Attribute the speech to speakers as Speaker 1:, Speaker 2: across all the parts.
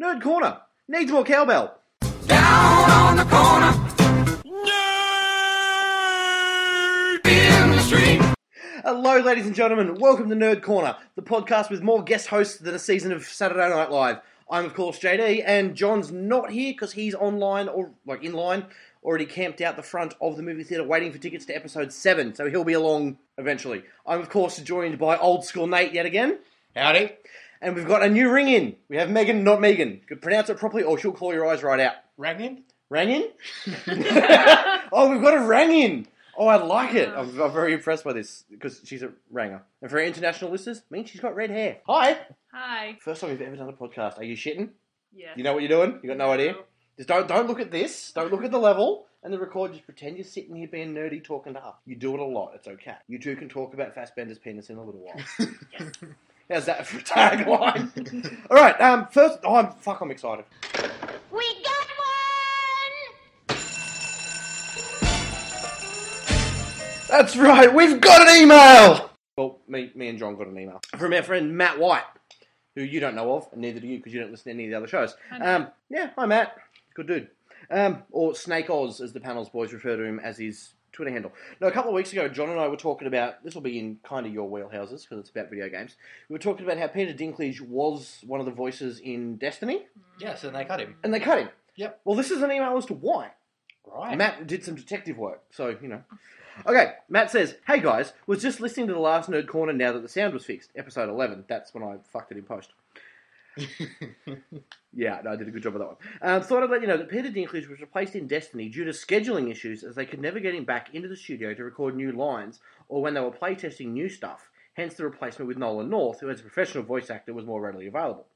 Speaker 1: Nerd Corner needs more cowbell.
Speaker 2: Down on the corner. Nerd in the street.
Speaker 1: Hello, ladies and gentlemen. Welcome to Nerd Corner, the podcast with more guest hosts than a season of Saturday Night Live. I'm, of course, JD, and John's not here because he's online or like in line, already camped out the front of the movie theater waiting for tickets to episode seven. So he'll be along eventually. I'm, of course, joined by old school Nate yet again. Howdy. And we've got a new ring in. We have Megan, not Megan. Could pronounce it properly, or she'll claw your eyes right out.
Speaker 3: Ragnin?
Speaker 1: Rang in? oh, we've got a rang in. Oh, I like it. I'm, I'm very impressed by this because she's a ranger. And for our international listeners, it means she's got red hair. Hi.
Speaker 4: Hi.
Speaker 1: First time we've ever done a podcast. Are you shitting?
Speaker 4: Yes.
Speaker 1: You know what you're doing? You got no idea. Just don't don't look at this. Don't look at the level and the record. Just pretend you're sitting here being nerdy, talking to her. You do it a lot. It's okay. You two can talk about Fassbender's penis in a little while. How's that for a tagline? All right. Um. First, oh, I'm fuck. I'm excited.
Speaker 5: We got one!
Speaker 1: That's right, we've got an email! Well, me, me and John got an email from our friend Matt White, who you don't know of, and neither do you because you don't listen to any of the other shows.
Speaker 4: Hi, Matt.
Speaker 1: Um, yeah, hi Matt. Good dude. Um, or Snake Oz, as the panel's boys refer to him as his Twitter handle. Now, a couple of weeks ago, John and I were talking about this will be in kind of your wheelhouses because it's about video games. We were talking about how Peter Dinklage was one of the voices in Destiny,
Speaker 3: Yes, and they cut him.
Speaker 1: and they cut him.
Speaker 3: Yep.
Speaker 1: Well, this is an email as to why.
Speaker 3: Right.
Speaker 1: Matt did some detective work, so you know. Okay, Matt says, "Hey guys, was just listening to the last Nerd Corner now that the sound was fixed, episode eleven. That's when I fucked it in post. yeah, no, I did a good job of that one. Um, thought I'd let you know that Peter Dinklage was replaced in Destiny due to scheduling issues, as they could never get him back into the studio to record new lines or when they were playtesting new stuff. Hence the replacement with Nolan North, who as a professional voice actor was more readily available.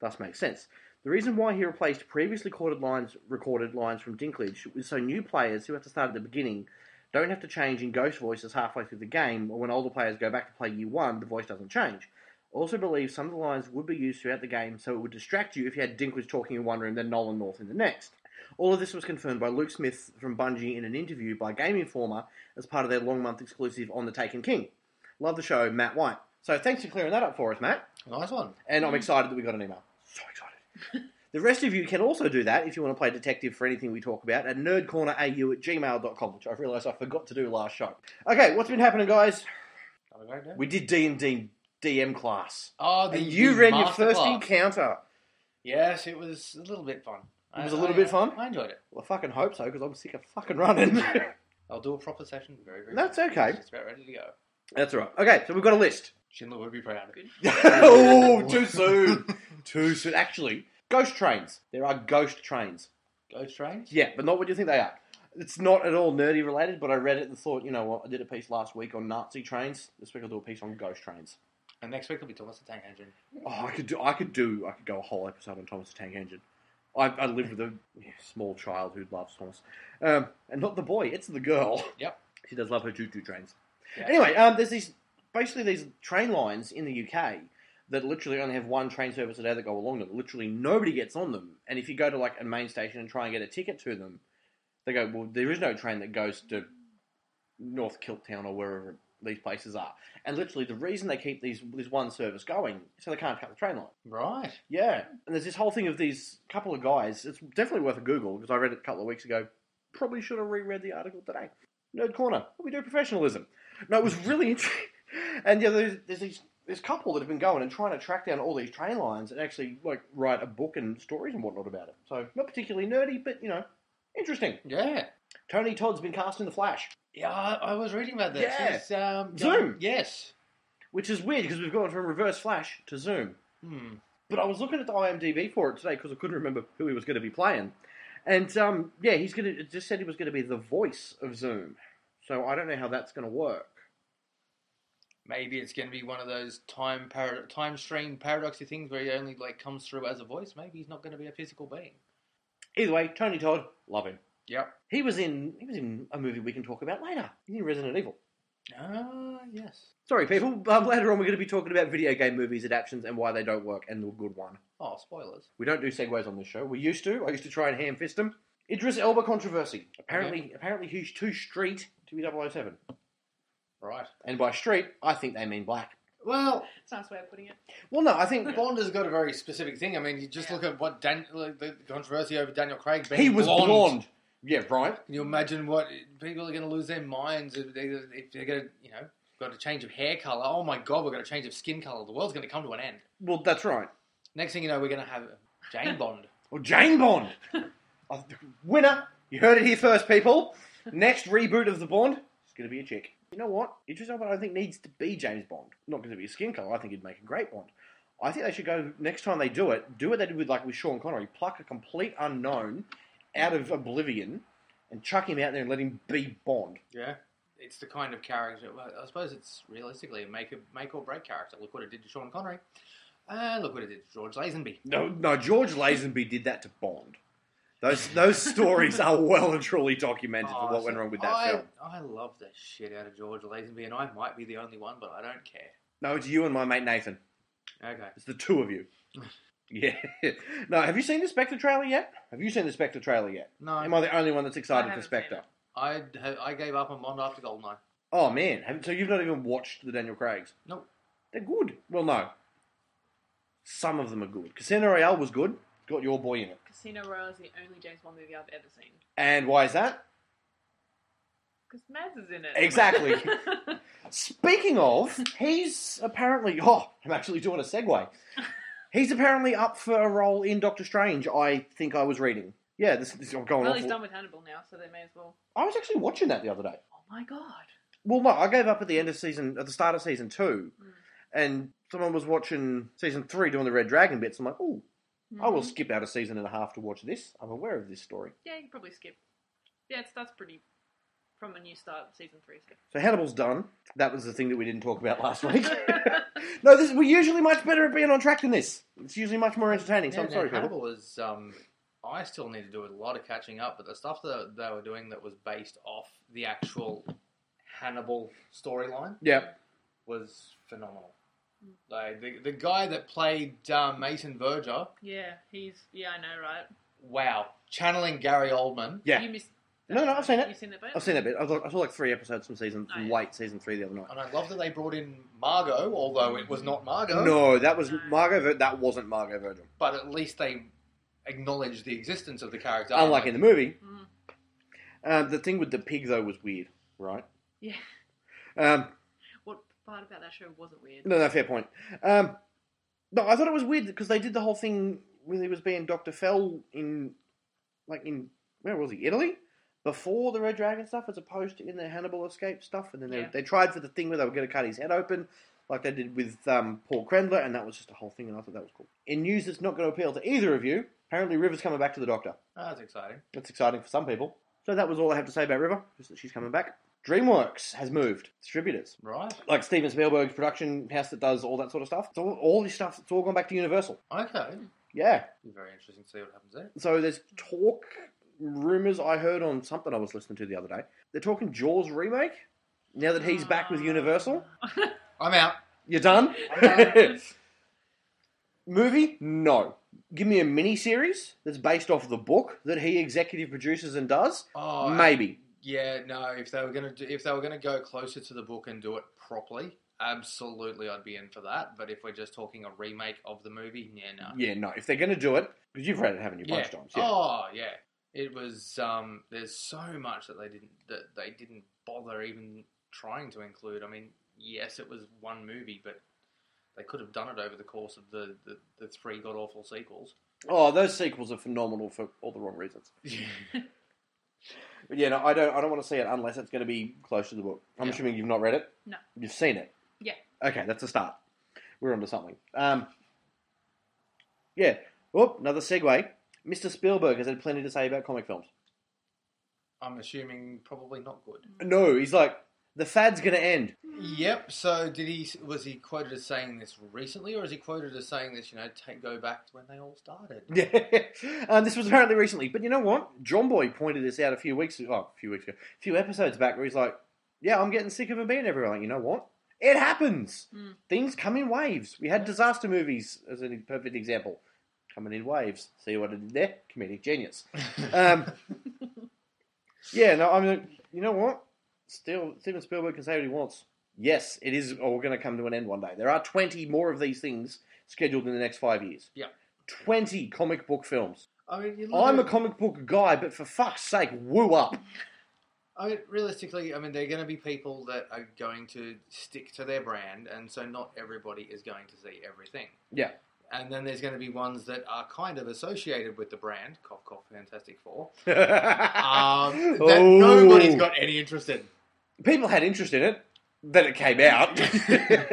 Speaker 1: Thus makes sense." The reason why he replaced previously recorded lines, recorded lines from Dinklage was so new players who have to start at the beginning don't have to change in ghost voices halfway through the game, or when older players go back to play year one, the voice doesn't change. Also, believe some of the lines would be used throughout the game, so it would distract you if you had Dinklage talking in one room, then Nolan North in the next. All of this was confirmed by Luke Smith from Bungie in an interview by Game Informer as part of their long month exclusive on The Taken King. Love the show, Matt White. So, thanks for clearing that up for us, Matt
Speaker 3: Nice one.
Speaker 1: and I'm excited that we got an email. Mm. So excited. the rest of you can also do that if you want to play detective for anything we talk about at nerdcornerau at gmail.com, which I've realised I forgot to do last show. Okay, what's been happening, guys?
Speaker 3: Have a go, Dan.
Speaker 1: We did D&D DM class.
Speaker 3: Oh, the
Speaker 1: And you read your
Speaker 3: master
Speaker 1: first
Speaker 3: class.
Speaker 1: encounter.
Speaker 3: Yes, it was a little bit fun.
Speaker 1: It was
Speaker 3: I-
Speaker 1: a little
Speaker 3: I,
Speaker 1: bit fun?
Speaker 3: I enjoyed it.
Speaker 1: Well, I fucking hope so, because I'm sick of fucking running.
Speaker 3: I'll do a proper session very, very
Speaker 1: That's
Speaker 3: soon.
Speaker 1: okay.
Speaker 3: It's about ready to go.
Speaker 1: That's all right. Okay, so we've got a list.
Speaker 3: Schindler would be proud of it.
Speaker 1: oh, too soon. too soon. Actually, ghost trains. There are ghost trains.
Speaker 3: Ghost trains?
Speaker 1: Yeah, but not what you think they are. It's not at all nerdy related, but I read it and thought, you know what? I did a piece last week on Nazi trains. This week I'll do a piece on ghost trains.
Speaker 3: And next week will be Thomas the Tank Engine.
Speaker 1: Oh, I could do. I could do. I could go a whole episode on Thomas the Tank Engine. I, I live with a small child who loves Thomas, um, and not the boy. It's the girl.
Speaker 3: Yep.
Speaker 1: She does love her choo choo trains.
Speaker 3: Yeah.
Speaker 1: Anyway, um, there's these basically these train lines in the UK that literally only have one train service a day that go along them. Literally nobody gets on them, and if you go to like a main station and try and get a ticket to them, they go, "Well, there is no train that goes to North Kilt Town or wherever these places are." And literally, the reason they keep these this one service going is so they can't cut the train line.
Speaker 3: Right.
Speaker 1: Yeah, and there's this whole thing of these couple of guys. It's definitely worth a Google because I read it a couple of weeks ago. Probably should have reread the article today. Nerd Corner, what we do professionalism. No, it was really interesting. And yeah, there's, there's these this couple that have been going and trying to track down all these train lines and actually like write a book and stories and whatnot about it. So not particularly nerdy, but you know, interesting.
Speaker 3: Yeah.
Speaker 1: Tony Todd's been cast in The Flash,
Speaker 3: Yeah, I, I was reading about this.
Speaker 1: Yeah.
Speaker 3: It's, um,
Speaker 1: Zoom.
Speaker 3: Yes.
Speaker 1: which is weird because we've gone from Reverse Flash to Zoom.
Speaker 3: Hmm.
Speaker 1: But I was looking at the IMDb for it today because I couldn't remember who he was going to be playing. And um, yeah, he's going to it just said he was going to be the voice of Zoom. So I don't know how that's going to work.
Speaker 3: Maybe it's going to be one of those time parad- time stream paradoxy things where he only like comes through as a voice. Maybe he's not going to be a physical being.
Speaker 1: Either way, Tony Todd, love him.
Speaker 3: Yep.
Speaker 1: He was in he was in a movie we can talk about later. He's in Resident Evil.
Speaker 3: Ah, yes.
Speaker 1: Sorry, people. Um, later on, we're going to be talking about video game movies adaptions and why they don't work and the good one.
Speaker 3: Oh, spoilers.
Speaker 1: We don't do segues on this show. We used to. I used to try and ham fist them. Idris Elba controversy. Apparently, apparently he's too street to be 007.
Speaker 3: Right.
Speaker 1: And by street, I think they mean black.
Speaker 3: Well,
Speaker 4: It's a nice way of putting it.
Speaker 3: well, no, I think Bond has got a very specific thing. I mean, you just look at what Dan, like, the controversy over Daniel Craig being
Speaker 1: He was
Speaker 3: blonde.
Speaker 1: blonde. Yeah, right.
Speaker 3: Can you imagine what people are going to lose their minds if, they, if they're going to, you know, got a change of hair color? Oh my God, we've got a change of skin color. The world's going to come to an end.
Speaker 1: Well, that's right.
Speaker 3: Next thing you know, we're going to have Jane Bond.
Speaker 1: Well, Jane Bond. Uh, Winner. You heard it here first, people. Next reboot of the Bond, it's going to be a chick. You know what? Idris Elba, I don't think, needs to be James Bond. Not because of his skin colour. I think he'd make a great Bond. I think they should go, next time they do it, do what they did with, like, with Sean Connery. Pluck a complete unknown out of oblivion and chuck him out there and let him be Bond.
Speaker 3: Yeah. It's the kind of character. Well, I suppose it's realistically a make, a make or break character. Look what it did to Sean Connery. Uh, look what it did to George Lazenby.
Speaker 1: No, no, George Lazenby did that to Bond. Those, those stories are well and truly documented for
Speaker 3: Oh,
Speaker 1: what
Speaker 3: so
Speaker 1: went wrong with that
Speaker 3: I,
Speaker 1: film.
Speaker 3: I love the shit out of George Lazenby, and I might be the only one, but I don't care.
Speaker 1: No, it's you and my mate Nathan.
Speaker 3: Okay.
Speaker 1: It's the two of you. Yeah. No, have you seen the Spectre trailer yet? Have you seen the Spectre trailer yet?
Speaker 3: No,
Speaker 1: Am I the only one that's excited for
Speaker 4: haven't
Speaker 1: Spectre?
Speaker 4: seen
Speaker 3: I, I gave up on Bond after Goldeneye.
Speaker 1: Oh man, have, so you've not even watched the Daniel Craig's?
Speaker 3: Nope.
Speaker 1: They're good. Well, no. Some of them are good. Casino Royale was good. It's got your boy in it.
Speaker 4: Casino Royale is the only James Bond movie I've ever seen.
Speaker 1: And why is that?
Speaker 4: Because Mads is in it.
Speaker 1: Exactly. Speaking of, he's apparently. Oh, I'm actually doing a segue. He's apparently up for a role in Doctor Strange. I think I was reading. Yeah, this, this I'm going
Speaker 4: well,
Speaker 1: off.
Speaker 4: he's done with Hannibal now, so they may as well.
Speaker 1: I was actually watching that the other day.
Speaker 4: Oh my god.
Speaker 1: Well, no, I gave up at the end of season, at the start of season two, and someone was watching season three doing the Red Dragon bits. I'm like, oh, I will
Speaker 4: Mhm.
Speaker 1: skip out a season and a half to watch this. I'm aware of this story.
Speaker 4: Yeah, you can probably skip. Yeah, it starts pretty from a new start, season three. So.
Speaker 1: So Hannibal's done. That was the thing that we didn't talk about last week. no, this we're usually much better at being on track than this. It's usually much more entertaining. So I'm
Speaker 3: Yeah,
Speaker 1: sorry,
Speaker 3: no,
Speaker 1: people.
Speaker 3: Hannibal is. Um, I still need to do a lot of catching up, but the stuff that they were doing that was based off the actual Hannibal storyline
Speaker 1: Yeah,
Speaker 3: was phenomenal. Like the the guy that played uh, Mason Verger,
Speaker 4: yeah, he's. Yeah, I know, right?
Speaker 3: wow, channeling Gary Oldman.
Speaker 1: yeah.
Speaker 4: You missed.
Speaker 1: No, no, I've seen it.
Speaker 4: You've seen it, both?
Speaker 1: I've seen a bit. I saw, I saw like three episodes from season,
Speaker 4: Oh,
Speaker 1: from
Speaker 4: yeah.
Speaker 1: late season three the other night.
Speaker 3: And I love that they brought in Margot, although it was not Margot.
Speaker 1: No, that was
Speaker 4: No.
Speaker 1: Margot. Ver- that wasn't Margot Verdon.
Speaker 3: But at least they acknowledged the existence of the character.
Speaker 1: Unlike in the movie,
Speaker 4: Mm.
Speaker 1: um, the thing with the pig though was weird, right?
Speaker 4: Yeah.
Speaker 1: Um,
Speaker 4: What part about that show wasn't weird?
Speaker 1: No, no, fair point. Um, no, I thought it was weird because they did the whole thing when he was being Doctor Fell in, like in where was he? Italy before the Red Dragon stuff, as opposed to in the Hannibal escape stuff. And then they,
Speaker 4: Yeah.
Speaker 1: they tried for the thing where they were going to cut his head open, like they did with um, Paul Krendler, and that was just a whole thing. And I thought that was cool. In news that's not going to appeal to either of you, apparently River's coming back to the Doctor.
Speaker 3: Oh, that's exciting.
Speaker 1: That's exciting for some people. So that was all I have to say about River, just that she's coming back. DreamWorks has moved distributors
Speaker 3: Right.
Speaker 1: like Steven Spielberg's production house that does all that sort of stuff. It's all, all this stuff, it's all gone back to Universal.
Speaker 3: Okay.
Speaker 1: Yeah.
Speaker 3: Be very interesting to see what happens there.
Speaker 1: So there's talk, rumors I heard on something I was listening to the other day. They're talking Jaws remake. Now that he's back
Speaker 4: Ah.
Speaker 1: with Universal,
Speaker 3: I'm out.
Speaker 1: you're done.
Speaker 4: Okay.
Speaker 1: Movie? No. Give me a mini series that's based off the book that he executive produces and does.
Speaker 3: Oh,
Speaker 1: Maybe.
Speaker 3: Yeah, no. If they were gonna do, if they were gonna go closer to the book and do it properly, absolutely, I'd be in for that. But if we're just talking a remake of the movie, yeah, no.
Speaker 1: Yeah, no. If they're going to do it, because you've read it, haven't you?
Speaker 3: Yeah.
Speaker 1: Bunch of times. Yeah.
Speaker 3: Oh, yeah. It was. Um, there's so much that they didn't that they didn't bother even trying to include. I mean, yes, it was one movie, but they could have done it over the course of the the, the three god awful sequels.
Speaker 1: oh, those sequels are phenomenal for all the wrong reasons. But yeah, no, I don't. I don't want to see it unless it's going to be close to the book. I'm
Speaker 3: Yeah.
Speaker 1: assuming you've not read it.
Speaker 4: No.
Speaker 1: You've seen it.
Speaker 4: Yeah.
Speaker 1: Okay, that's a start. We're onto something. Um. Yeah. Whoop. Another segue. Mr. Spielberg has had plenty to say about comic films.
Speaker 3: I'm assuming probably not good.
Speaker 4: Mm.
Speaker 1: No, he's like the fad's going to end.
Speaker 3: Yep. So did he? Was he quoted as saying this recently, or is he quoted as saying this? You know, take go back to when they all started.
Speaker 1: Yeah. um, this was apparently recently, but you know what? John Boy pointed this out a few weeks ago. Oh, a few weeks ago, a few episodes back, where he's like, "Yeah, I'm getting sick of him being everywhere." Like, you know what? It happens.
Speaker 4: Mm.
Speaker 1: Things come in waves. We had disaster movies as a perfect example, coming in waves. See what I did there? Comedic genius. Um, yeah, no, I mean, you know what? Still, Steven Spielberg can say what he wants. Yes, it is all going to come to an end one day. There are 20 more of these things scheduled in the next five years.
Speaker 3: Yeah.
Speaker 1: 20 comic book films.
Speaker 3: I mean, you look
Speaker 1: I'm a
Speaker 3: at-
Speaker 1: comic book guy, but for fuck's sake, woo up.
Speaker 3: I mean, realistically, I mean, they're going to be people that are going to stick to their brand, and so not everybody is going to see everything.
Speaker 1: Yeah.
Speaker 3: And then there's going to be ones that are kind of associated with the brand, cough, cough, Fantastic Four,
Speaker 4: Ah.
Speaker 3: um, that
Speaker 1: Oh.
Speaker 3: nobody's got any interest in.
Speaker 1: people had interest in it. Then it came out.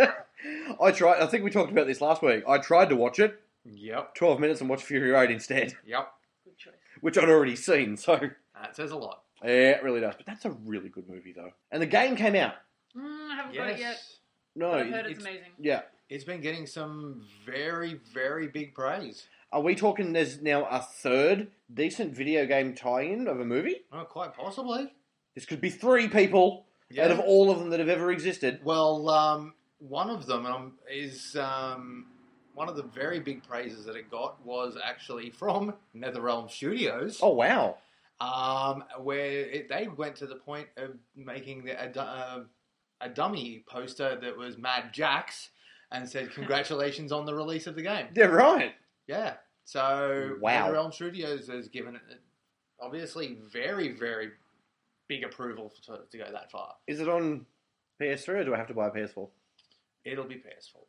Speaker 1: I tried. I think we talked about this last week. I tried to watch it,
Speaker 3: Yep,
Speaker 1: twelve minutes, and watch Fury Road instead,
Speaker 3: yep.
Speaker 4: Good choice.
Speaker 1: which I'd already seen. So
Speaker 3: That says a lot.
Speaker 1: yeah, it really does. But that's a really good movie, though. And the game came out.
Speaker 4: Mm, I haven't got it yet.
Speaker 3: Yes.
Speaker 1: No,
Speaker 4: but I've heard it's,
Speaker 3: it's-
Speaker 4: amazing.
Speaker 1: yeah.
Speaker 3: It's been getting some very, very big praise.
Speaker 1: Are we talking? There's now a third decent video game tie-in of a movie.
Speaker 3: Oh, quite possibly.
Speaker 1: This could be three people out of all of them that have ever existed.
Speaker 3: Well, um, one of them um, is um, one of the very big praises that it got was actually from NetherRealm Studios,
Speaker 1: Oh wow!
Speaker 3: um, where it, they went to the point of making the, a, du- uh, a dummy poster that was Mad Jax and said, "Congratulations on the release of the game."
Speaker 1: They're right.
Speaker 3: Yeah. So
Speaker 1: Wow.
Speaker 3: NetherRealm Studios has given it obviously very, very big approval to, to go that far.
Speaker 1: Is it on PS3 or do I have to buy a PS4?
Speaker 3: It'll be PS4.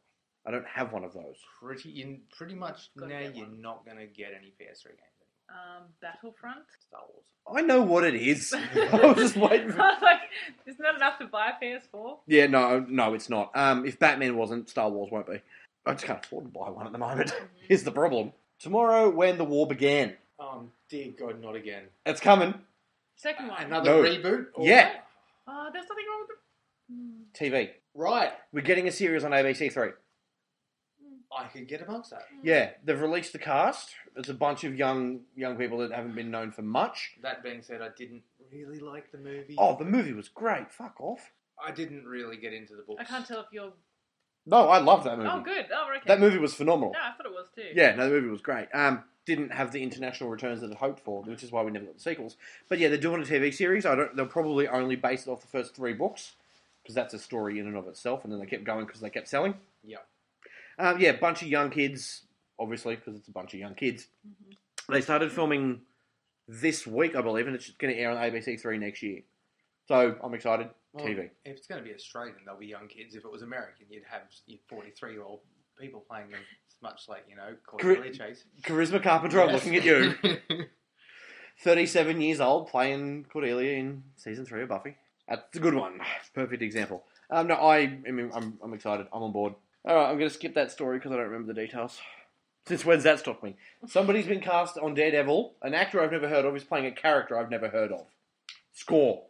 Speaker 1: I don't have one of those.
Speaker 3: pretty you pretty much
Speaker 4: Gotta
Speaker 3: now
Speaker 4: get
Speaker 3: you're
Speaker 4: one.
Speaker 3: not going to get any PS3 games anymore.
Speaker 4: Um, Battlefront.
Speaker 3: Star Wars.
Speaker 1: I know what it is. I was just waiting. For...
Speaker 4: I was like, it's not enough to buy a PS4.
Speaker 1: Yeah, no, no, it's not. Um, if Batman wasn't, Star Wars won't be. I just can't afford to buy one at the moment. Is the problem tomorrow when the war began?
Speaker 3: Um, dear God, not again.
Speaker 1: It's coming.
Speaker 4: Second one.
Speaker 1: No.
Speaker 3: Another reboot?
Speaker 1: Yeah.
Speaker 4: Oh, there's nothing wrong with it. Mm,
Speaker 1: TV.
Speaker 3: Right.
Speaker 1: We're getting a series on ABC Three.
Speaker 3: I could get amongst that.
Speaker 1: Yeah, they've released the cast. It's a bunch of young young people that haven't been known for much.
Speaker 3: That being said, I didn't really like the movie.
Speaker 1: Oh, the movie was great. Fuck off.
Speaker 3: I didn't really get into the books.
Speaker 4: I can't tell if you're.
Speaker 1: No, I love that movie.
Speaker 4: Oh, good. Oh, okay.
Speaker 1: That movie was phenomenal.
Speaker 4: Yeah, I thought it was too.
Speaker 1: Yeah, no, the movie was great. Um, didn't have the international returns that it hoped for, which is why we never got the sequels. But yeah, they're doing a TV series. I don't. They'll probably only base it off the first three books because that's a story in and of itself. And then they kept going because they kept selling.
Speaker 3: Yep.
Speaker 1: Um, yeah, bunch of young kids, obviously, because it's a bunch of young kids.
Speaker 4: Mhm.
Speaker 1: They started filming this week, I believe, and it's going to air on ABC Three next year. So I'm excited.
Speaker 3: Well,
Speaker 1: TV.
Speaker 3: If it's going to be Australian, they'll be young kids. If it was American, you'd have 43 year old people playing them. It's much like, you know, Cordelia Chase.
Speaker 1: Charisma Carpenter, I'm
Speaker 3: Yes.
Speaker 1: looking at you. 37 years old playing Cordelia in season three of Buffy. That's a good one. Perfect example. Um, no, I, I mean, I'm, I'm excited. I'm on board. All right, I'm going to skip that story because I don't remember the details. Since when's that stopped me? Somebody's been cast on Daredevil. An actor I've never heard of is playing a character I've never heard of. Score.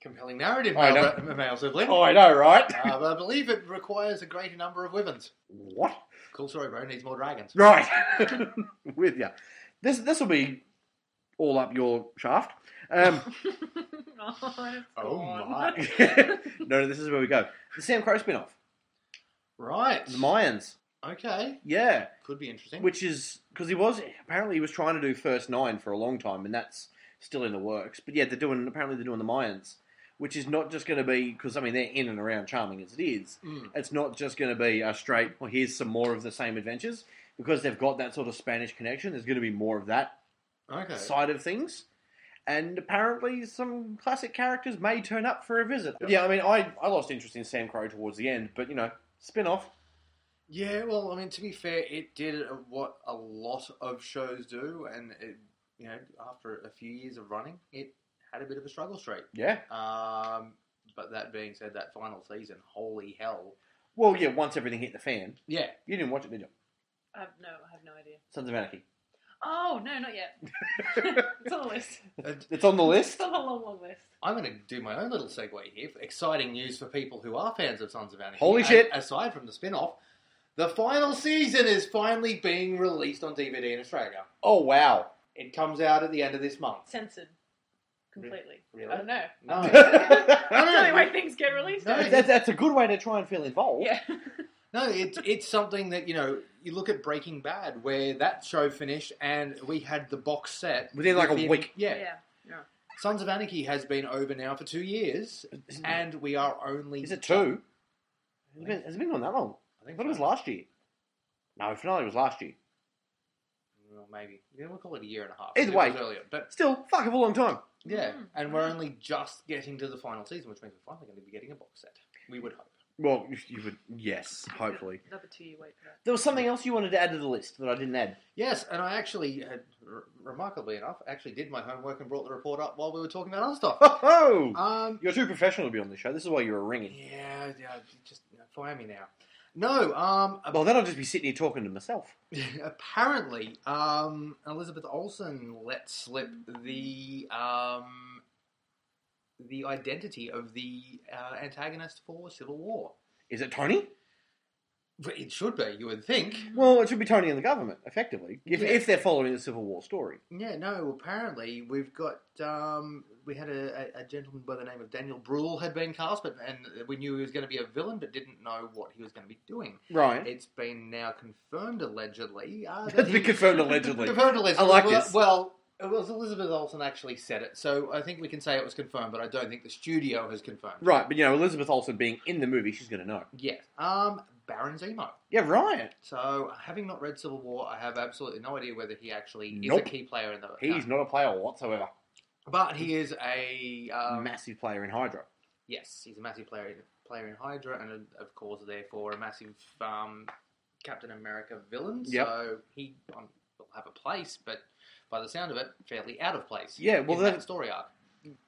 Speaker 3: Compelling narrative,
Speaker 1: I
Speaker 3: male, male sibling.
Speaker 1: Oh, I know, right?
Speaker 3: Uh, but I believe it requires a greater number of women's.
Speaker 1: What?
Speaker 3: Cool story, bro. Needs more dragons.
Speaker 1: Right. With ya. This this will be all up your shaft. Um,
Speaker 4: oh, it's
Speaker 3: Oh,
Speaker 4: gone.
Speaker 3: my.
Speaker 1: no, no, this is where we go. The Sam Crow spin off.
Speaker 3: Right.
Speaker 1: The Mayans.
Speaker 3: Okay.
Speaker 1: Yeah.
Speaker 3: Could be interesting.
Speaker 1: which is because he was apparently he was trying to do first nine for a long time, and that's still in the works. But yeah, they're doing apparently they're doing the Mayans, which is not just going to be because I mean they're in and around charming as it is.
Speaker 3: Mm.
Speaker 1: It's not just going to be a straight. Well, here's some more of the same adventures because they've got that sort of Spanish connection. There's going to be more of that
Speaker 3: Okay.
Speaker 1: side of things. And apparently, some classic characters may turn up for a visit.
Speaker 3: Yeah.
Speaker 1: Yeah, I mean, I, I lost interest in Sam Crow towards the end, but you know, spin off.
Speaker 3: yeah. Well, I mean, to be fair, it did what a lot of shows do, and it, you know, after a few years of running, it had a bit of a struggle streak.
Speaker 1: Yeah.
Speaker 3: Um, but that being said, that final season, holy hell.
Speaker 1: Well, yeah, once everything hit the fan,
Speaker 3: Yeah.
Speaker 1: you didn't watch it, did you?
Speaker 4: I have no, I have no idea.
Speaker 1: Sons of Anarchy.
Speaker 4: Oh no, not yet. it's on the list.
Speaker 3: Uh,
Speaker 1: It's on the
Speaker 4: It's
Speaker 1: list.
Speaker 4: on the long, long list.
Speaker 3: I'm going to do my own little segue here. For exciting news for people who are fans of Sons of Anarchy.
Speaker 1: Holy
Speaker 3: A-
Speaker 1: shit.
Speaker 3: Aside from the spin off, the final season is finally being released on DVD in Australia.
Speaker 1: Oh wow!
Speaker 3: It comes out at the end of this month.
Speaker 4: Censored completely.
Speaker 3: Really?
Speaker 4: I don't know.
Speaker 1: Oh.
Speaker 3: No.
Speaker 1: that's,
Speaker 4: That's the only
Speaker 3: no,
Speaker 4: way things get released.
Speaker 3: No,
Speaker 4: I think.
Speaker 3: that-
Speaker 1: that's a good way to try and feel involved.
Speaker 4: yeah.
Speaker 3: no, it's it's something that you know. You look at Breaking Bad, where that show finished, and we had the box set
Speaker 1: Within, like, a week.
Speaker 3: Yeah.
Speaker 4: yeah.
Speaker 3: Sons of Anarchy has been over now for two years,
Speaker 1: Is,
Speaker 3: and we are only
Speaker 1: is it two? Has it been, has it been going that long?
Speaker 3: I think
Speaker 1: I thought it was
Speaker 3: so.
Speaker 1: last year. No, finale was last year.
Speaker 3: Well, maybe. Yeah, we'll call it a year and a half.
Speaker 1: Either
Speaker 3: It was
Speaker 1: way.
Speaker 3: earlier, but
Speaker 1: Still, fuck of a long time.
Speaker 3: yeah,
Speaker 4: Mm.
Speaker 3: and we're only just getting to the final season, which means we're finally going to be getting a box set. We would hope.
Speaker 1: Well, you- you would, yes, hopefully.
Speaker 4: Another two year wait for that.
Speaker 1: There was something else you wanted to add to the list that I didn't add.
Speaker 3: Yes, and I actually, had, r- remarkably enough, actually did my homework and brought the report up while we were talking about other stuff.
Speaker 1: Ho ho!
Speaker 3: Um,
Speaker 1: You're too professional to be on this show. This is why you were ringing.
Speaker 3: yeah, yeah, just fire me now. No, um, a-
Speaker 1: Well, then I'll just be sitting here talking to myself.
Speaker 3: apparently, um, Elizabeth Olsen let slip the um, the identity of the uh, antagonist for Civil War.
Speaker 1: Is it Tony?
Speaker 3: But it should be, you would think.
Speaker 1: Well, it should be Tony and the government, effectively, if,
Speaker 3: Yeah.
Speaker 1: if they're following the Civil War story.
Speaker 3: Yeah, no. Apparently, we've got um, we had a, a, a gentleman by the name of Daniel Bruhl had been cast, but and we knew he was going to be a villain, but didn't know what he was going to be doing.
Speaker 1: Right.
Speaker 3: It's been now confirmed allegedly. Uh, that
Speaker 1: That's
Speaker 3: he-
Speaker 1: been confirmed allegedly.
Speaker 3: confirmed allegedly.
Speaker 1: I like
Speaker 3: well,
Speaker 1: this.
Speaker 3: Well, it was Elizabeth Olsen actually said it, so I think we can say it was confirmed, but I don't think the studio has confirmed. it.
Speaker 1: Right, but you know, Elizabeth Olsen being in the movie, she's going to know.
Speaker 3: Yes. Um, Baron Zemo.
Speaker 1: Yeah, right.
Speaker 3: So, having not read Civil War, I have absolutely no idea whether he actually
Speaker 1: Nope.
Speaker 3: is a key player in the.
Speaker 1: He's
Speaker 3: uh,
Speaker 1: not a player whatsoever.
Speaker 3: But he is a um,
Speaker 1: Massive player in Hydra.
Speaker 3: Yes, he's a massive player player in Hydra, and of course, therefore, a massive um, Captain America villain.
Speaker 1: Yep.
Speaker 3: So he um, will have a place, but by the sound of it, fairly out of place.
Speaker 1: Yeah, well,
Speaker 3: in
Speaker 1: that-
Speaker 3: that story arc.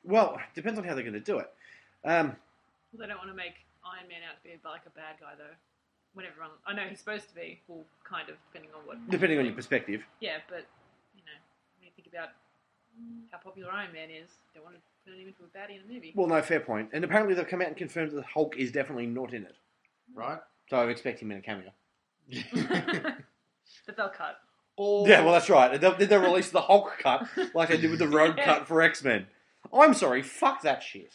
Speaker 1: Well, depends on how they're going to do it. Um,
Speaker 4: Well, they don't want to make Iron Man out to be like a bad guy though. When everyone, I know he's supposed to be. Well, kind of depending on what.
Speaker 1: depending on your perspective.
Speaker 4: Yeah, but you know, when you think about how popular Iron Man is, they want to turn him into a baddie in a movie.
Speaker 1: Well, no, fair point. And apparently they've come out and confirmed that Hulk is definitely not in it.
Speaker 3: Right?
Speaker 1: So I expect him in a cameo.
Speaker 4: but they'll cut.
Speaker 3: or
Speaker 1: Yeah, well, that's right. They'll, they'll release the Hulk cut like they did with the Rogue
Speaker 4: Yeah.
Speaker 1: cut for X Men. I'm sorry, fuck that shit.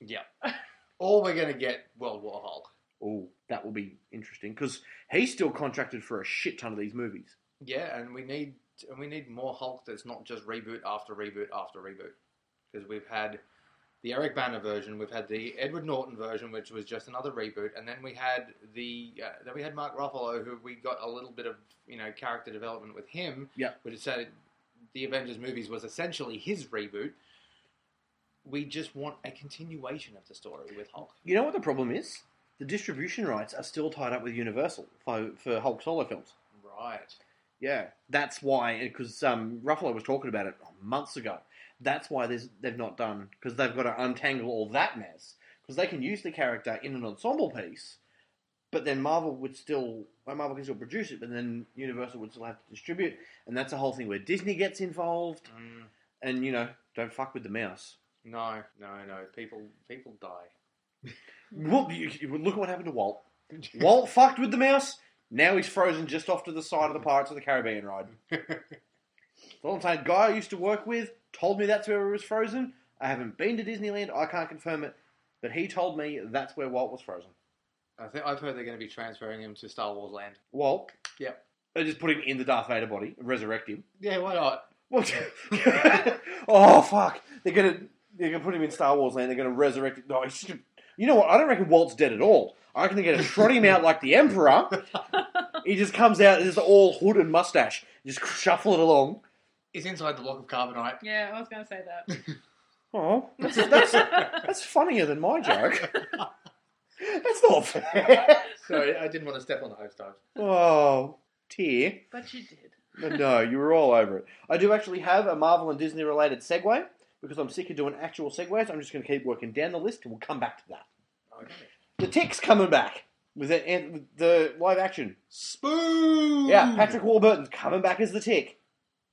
Speaker 3: yeah. or we're gonna get World War Hulk.
Speaker 1: Oh, that will be interesting because he's still contracted for a shit ton of these movies.
Speaker 3: Yeah, and we need and we need more Hulk that's not just reboot after reboot after reboot because we've had the Eric Banner version, we've had the Edward Norton version, which was just another reboot, and then we had the uh, then we had Mark Ruffalo, who we got a little bit of you know character development with him.
Speaker 1: Yeah.
Speaker 3: which said the Avengers movies was essentially his reboot. We just want a continuation of the story with Hulk.
Speaker 1: You know what the problem is? The distribution rights are still tied up with Universal for, for Hulk solo films.
Speaker 3: Right.
Speaker 1: Yeah, that's why because um, Ruffalo was talking about it months ago. That's why there's, they've not done because they've got to untangle all that mess because they can use the character in an ensemble piece, but then Marvel would still well, Marvel can still produce it, but then Universal would still have to distribute, and that's a whole thing where Disney gets involved,
Speaker 3: Mm,
Speaker 1: and you know don't fuck with the mouse.
Speaker 3: no, no, no. People, people die.
Speaker 1: Well, you, you- look at what happened to Walt. Walt fucked with the mouse. Now he's frozen just off to the side of the Pirates of the Caribbean ride. That's all I'm saying. Guy I used to work with told me that's where he was frozen. I haven't been to Disneyland. I can't confirm it, but he told me that's where Walt was frozen.
Speaker 3: I think I've heard they're going to be transferring him to Star Wars Land.
Speaker 1: Walt.
Speaker 3: Yep.
Speaker 1: They just put him in the Darth Vader body and resurrect him.
Speaker 3: Yeah, why not?
Speaker 1: Well, oh fuck! They're gonna they're gonna put him in Star Wars Land. They're gonna resurrect him. No, he's just, you know what? I don't reckon Walt's dead at all. I reckon they're gonna trot him out like the Emperor. He just comes out as all hood and mustache, just shuffle it along.
Speaker 3: He's inside the block of carbonite.
Speaker 4: Yeah, I was going to say that.
Speaker 1: Oh, that's, that's, that's funnier than my joke. That's not fair.
Speaker 3: Sorry, I didn't want to step on the host dog.
Speaker 1: Oh, tear.
Speaker 4: but you did.
Speaker 1: But no, you were all over it. I do actually have a Marvel and Disney related segue because I'm sick of doing actual segues. I'm just going to keep working down the list and we'll come back to that.
Speaker 3: Okay.
Speaker 1: The Tick's coming back with the, and with the live action.
Speaker 3: Spoon.
Speaker 1: Yeah, Patrick Warburton's coming back as the Tick.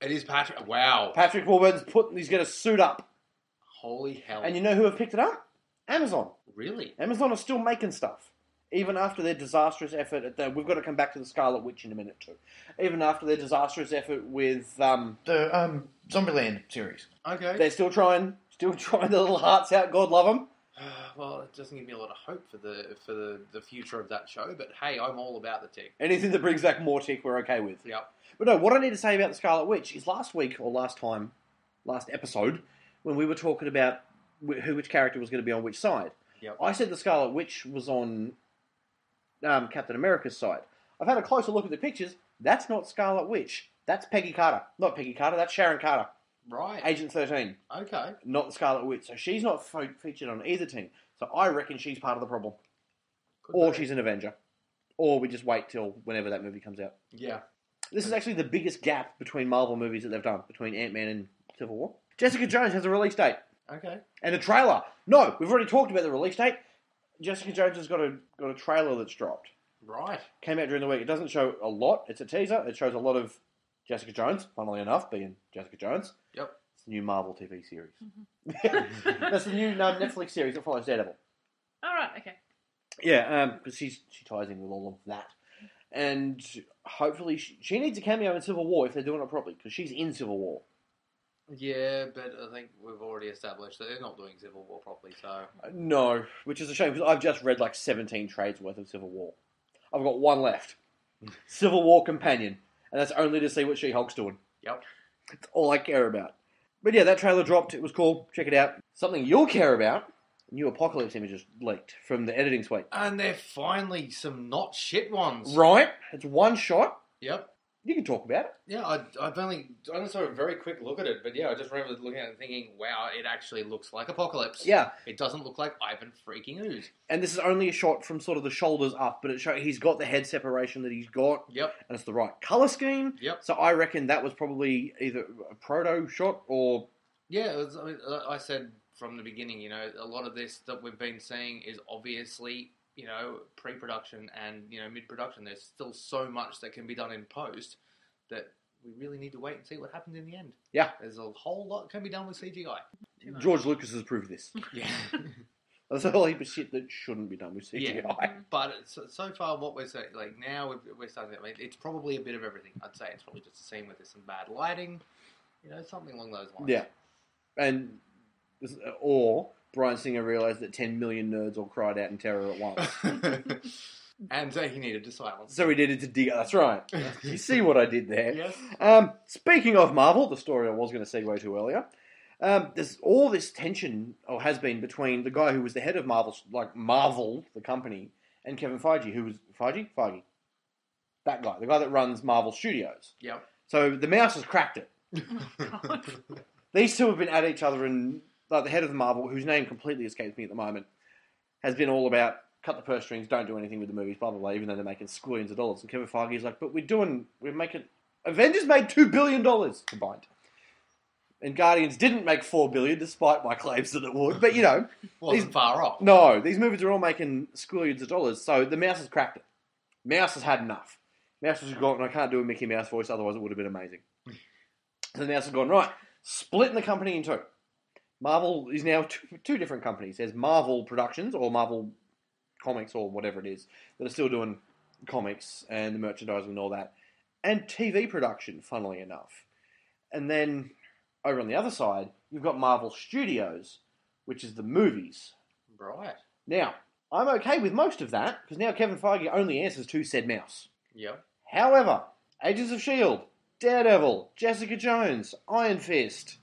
Speaker 3: It is Patrick. Wow.
Speaker 1: Patrick Warburton's putting, he's going to suit up.
Speaker 3: Holy hell.
Speaker 1: And you know who have picked it up? Amazon.
Speaker 3: really?
Speaker 1: Amazon are still making stuff, even after their disastrous effort. At the, we've got to come back to the Scarlet Witch in a minute too. Even after their disastrous effort with, um,
Speaker 6: The um, Zombieland series.
Speaker 3: Okay.
Speaker 1: they're still trying, still trying their little hearts out. God love them.
Speaker 3: well, it doesn't give me a lot of hope for the for the, the future of that show. But hey, I'm all about the tick.
Speaker 1: Anything that brings back more tick, we're okay with.
Speaker 3: Yep.
Speaker 1: But no, what I need to say about the Scarlet Witch is last week or last time, last episode, when we were talking about wh- who which character was going to be on which side.
Speaker 3: Yep.
Speaker 1: I said the Scarlet Witch was on um, Captain America's side. I've had a closer look at the pictures. That's not Scarlet Witch. That's Peggy Carter. Not Peggy Carter. That's Sharon Carter,
Speaker 3: Right.
Speaker 1: Agent Thirteen.
Speaker 3: Okay.
Speaker 1: Not Scarlet Witch. So she's not fo- featured on either team. So I reckon she's part of the problem,
Speaker 3: Could
Speaker 1: or
Speaker 3: be.
Speaker 1: she's an Avenger, or we just wait till whenever that movie comes out.
Speaker 3: Yeah.
Speaker 1: This is actually the biggest gap between Marvel movies that they've done between Ant Man and Civil War. Jessica Jones has a release date.
Speaker 3: Okay.
Speaker 1: And the trailer. No, we've already talked about the release date. Jessica Jones has got a got a trailer that's dropped.
Speaker 3: Right.
Speaker 1: Came out during the week. It doesn't show a lot. It's a teaser. It shows a lot of Jessica Jones, funnily enough, being Jessica Jones.
Speaker 3: Yep.
Speaker 1: It's the new Marvel TV series.
Speaker 4: Mm-hmm.
Speaker 1: that's the new um, Netflix series that follows Daredevil.
Speaker 4: All right, okay.
Speaker 1: Yeah, because she's she ties in with all of that, and hopefully she, she needs a cameo in Civil War if they're doing it properly because she's in Civil War.
Speaker 3: Yeah, but I think we've already established that they're not doing Civil War properly, so
Speaker 1: Uh, No, which is a shame because I've just read like 17 trades worth of Civil War. I've got one left Civil War Companion, and that's only to see what She Hulk's doing.
Speaker 3: Yep.
Speaker 1: That's all I care about. But yeah, that trailer dropped. It was cool. Check it out. Something you'll care about new apocalypse images leaked from the editing suite.
Speaker 3: And they're finally some not shit ones.
Speaker 1: Right? It's one shot.
Speaker 3: Yep.
Speaker 1: You can talk about it.
Speaker 3: Yeah, I, I've only I only saw a very quick look at it, but yeah, I just remember looking at it and thinking, "Wow, it actually looks like Apocalypse."
Speaker 1: Yeah.
Speaker 3: it doesn't look like Ivan freaking Ooze.
Speaker 1: And this is only a shot from sort of the shoulders up, but it show he's got the head separation that he's got.
Speaker 3: Yep,
Speaker 1: and it's the right color scheme.
Speaker 3: Yep.
Speaker 1: So I reckon that was probably either a proto shot or
Speaker 3: yeah. It was, I, mean, I- I said from the beginning, you know, a lot of this that we've been seeing is obviously, you know, pre-production and you know mid-production. There's still so much that can be done in post that we really need to wait and see what happens in the end.
Speaker 1: Yeah.
Speaker 3: there's a whole lot can be done with CGI.
Speaker 4: Too much.
Speaker 1: George Lucas has proved this.
Speaker 3: Yeah.
Speaker 1: That's a whole heap of shit that shouldn't be done with CGI.
Speaker 3: But so, so far, what we're saying, like now we've, we're starting. I mean, it's probably a bit of everything. I'd say it's probably just a scene where there's some bad lighting, you know, something along those lines.
Speaker 1: Yeah. And or Brian Singer realized that 10 million nerds all cried out in terror at once.
Speaker 3: and so he needed to silence.
Speaker 1: so we needed to dig. That's right. You see what I did there.
Speaker 3: yes.
Speaker 1: Um, speaking of Marvel, the story I was going to segue to earlier, um, there's all this tension, or has been, between the guy who was the head of Marvel, like Marvel, the company, and Kevin Feige, who was Feige, Feige, that guy, the guy that runs Marvel Studios.
Speaker 3: Yep.
Speaker 1: So the mouse has cracked it.
Speaker 4: God.
Speaker 1: These two have been at each other, and like the head of the Marvel, whose name completely escapes me at the moment, has been all about cut the purse strings, don't do anything with the movies, blah blah blah. Even though they're making squillions of dollars, and Kevin Feige is like, but we're doing, we're making. Avengers made two billion dollars combined, and Guardians didn't make four billion, despite my claims that it would. But you know,
Speaker 3: Wasn't
Speaker 1: He's-
Speaker 3: far off.
Speaker 1: Oh, no, these movies are all making squillions of dollars, so the mouse has cracked it. Mouse has had enough. Mouse has gone, and I can't do a Mickey Mouse voice, otherwise it would have been amazing. So the mouse has gone, right, splitting the company in two. Marvel is now two, two different companies. There's Marvel Productions, or Marvel Comics, or whatever it is, that are still doing comics and the merchandising and all that, and TV production, funnily enough. And then over on the other side, you've got Marvel Studios, which is the movies.
Speaker 3: Right.
Speaker 1: Now, I'm okay with most of that because now Kevin Feige only answers to said mouse.
Speaker 3: Yep.
Speaker 1: However, Agents of S.H.I.E.L.D., E Daredevil, Jessica Jones, Iron Fist,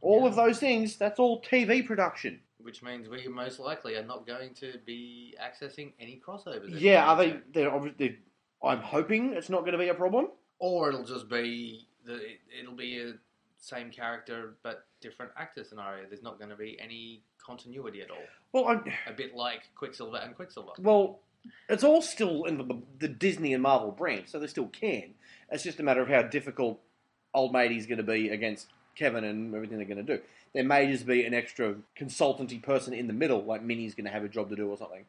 Speaker 1: all of those things, that's all TV production.
Speaker 3: Which means we most likely are not going to be accessing any crossovers.
Speaker 1: yeah, are they?
Speaker 3: anytime soon.
Speaker 1: They're obviously. I'm hoping it's not going to be a problem.
Speaker 3: Or it'll just be the it'll be a same character but different actor scenario. There's not going to be any continuity at all.
Speaker 1: Well, I'm,
Speaker 3: a bit like Quicksilver and Quicksilver.
Speaker 1: well, it's all still in the, the Disney and Marvel brand, so they still can. It's just a matter of how difficult old matey's going to be against Kevin and everything they're going to do. There may just be an extra consultanty person in the middle, like Minnie's going to have a job to do or something.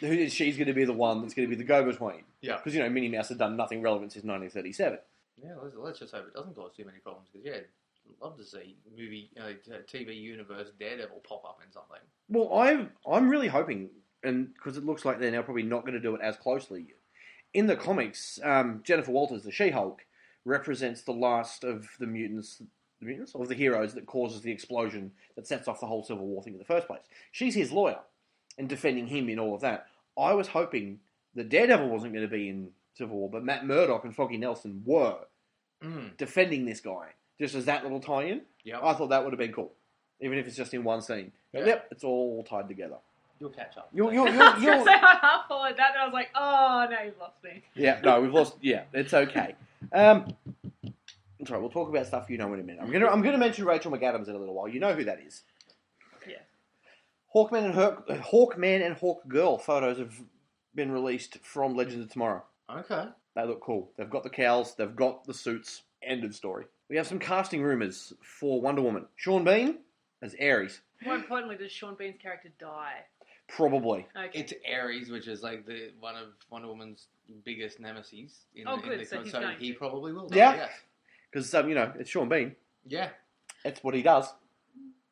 Speaker 1: Who- She's going to be the one that's going to be the go-between.
Speaker 3: Yeah.
Speaker 1: because you know Minnie Mouse has done nothing relevant since 1937.
Speaker 3: Yeah, let's, let's just hope it doesn't cause too many problems. Because yeah, I'd love to see movie, uh, t- TV universe Daredevil pop up in something.
Speaker 1: Well, I'm I'm really hoping, and because it looks like they're now probably not going to do it as closely. In the comics, um, Jennifer Walters, the She-Hulk, represents the last of the mutants, the mutants of the heroes that causes the explosion that sets off the whole Civil War thing in the first place. She's his lawyer, and defending him in all of that. I was hoping that Daredevil wasn't going to be in Civil War, but Matt Murdock and Foggy Nelson were
Speaker 3: Mm.
Speaker 1: defending this guy, just as that little tie-in.
Speaker 3: Yeah,
Speaker 1: I thought that would have been cool, even if it's just in one scene. But
Speaker 3: Yeah.
Speaker 1: Yep, it's all tied together.
Speaker 3: You'll catch up.
Speaker 1: You'll, you'll,
Speaker 4: I
Speaker 1: you'll,
Speaker 4: was going to say
Speaker 1: you'll,
Speaker 4: I half followed that, and I was like, oh, no, you've lost me.
Speaker 1: yeah, no, we've lost. Yeah, it's okay. Um, I'm sorry, we'll talk about stuff you know in a minute. I'm gonna I'm gonna mention Rachel McAdams in a little while. You know who that is.
Speaker 4: Yeah.
Speaker 1: Hawkman and Hawk, Hawkman and Hawk Girl photos have been released from Legends of Tomorrow.
Speaker 3: Okay.
Speaker 1: They look cool. They've got the cows, they've got the suits. End of story. We have some casting rumors for Wonder Woman. Sean Bean as Ares,
Speaker 4: More importantly, does Sean Bean's character die?
Speaker 1: probably.
Speaker 4: Okay.
Speaker 3: It's Ares, which is like the one of Wonder Woman's biggest nemesis. In,
Speaker 4: Oh,
Speaker 3: in
Speaker 4: good,
Speaker 3: the
Speaker 4: so
Speaker 3: comic,
Speaker 4: he's
Speaker 3: so
Speaker 4: going
Speaker 3: he
Speaker 4: to.
Speaker 3: probably will.
Speaker 1: Yeah.
Speaker 3: Yes.
Speaker 1: Because, um, you know, it's Sean Bean.
Speaker 3: Yeah.
Speaker 1: That's what he does.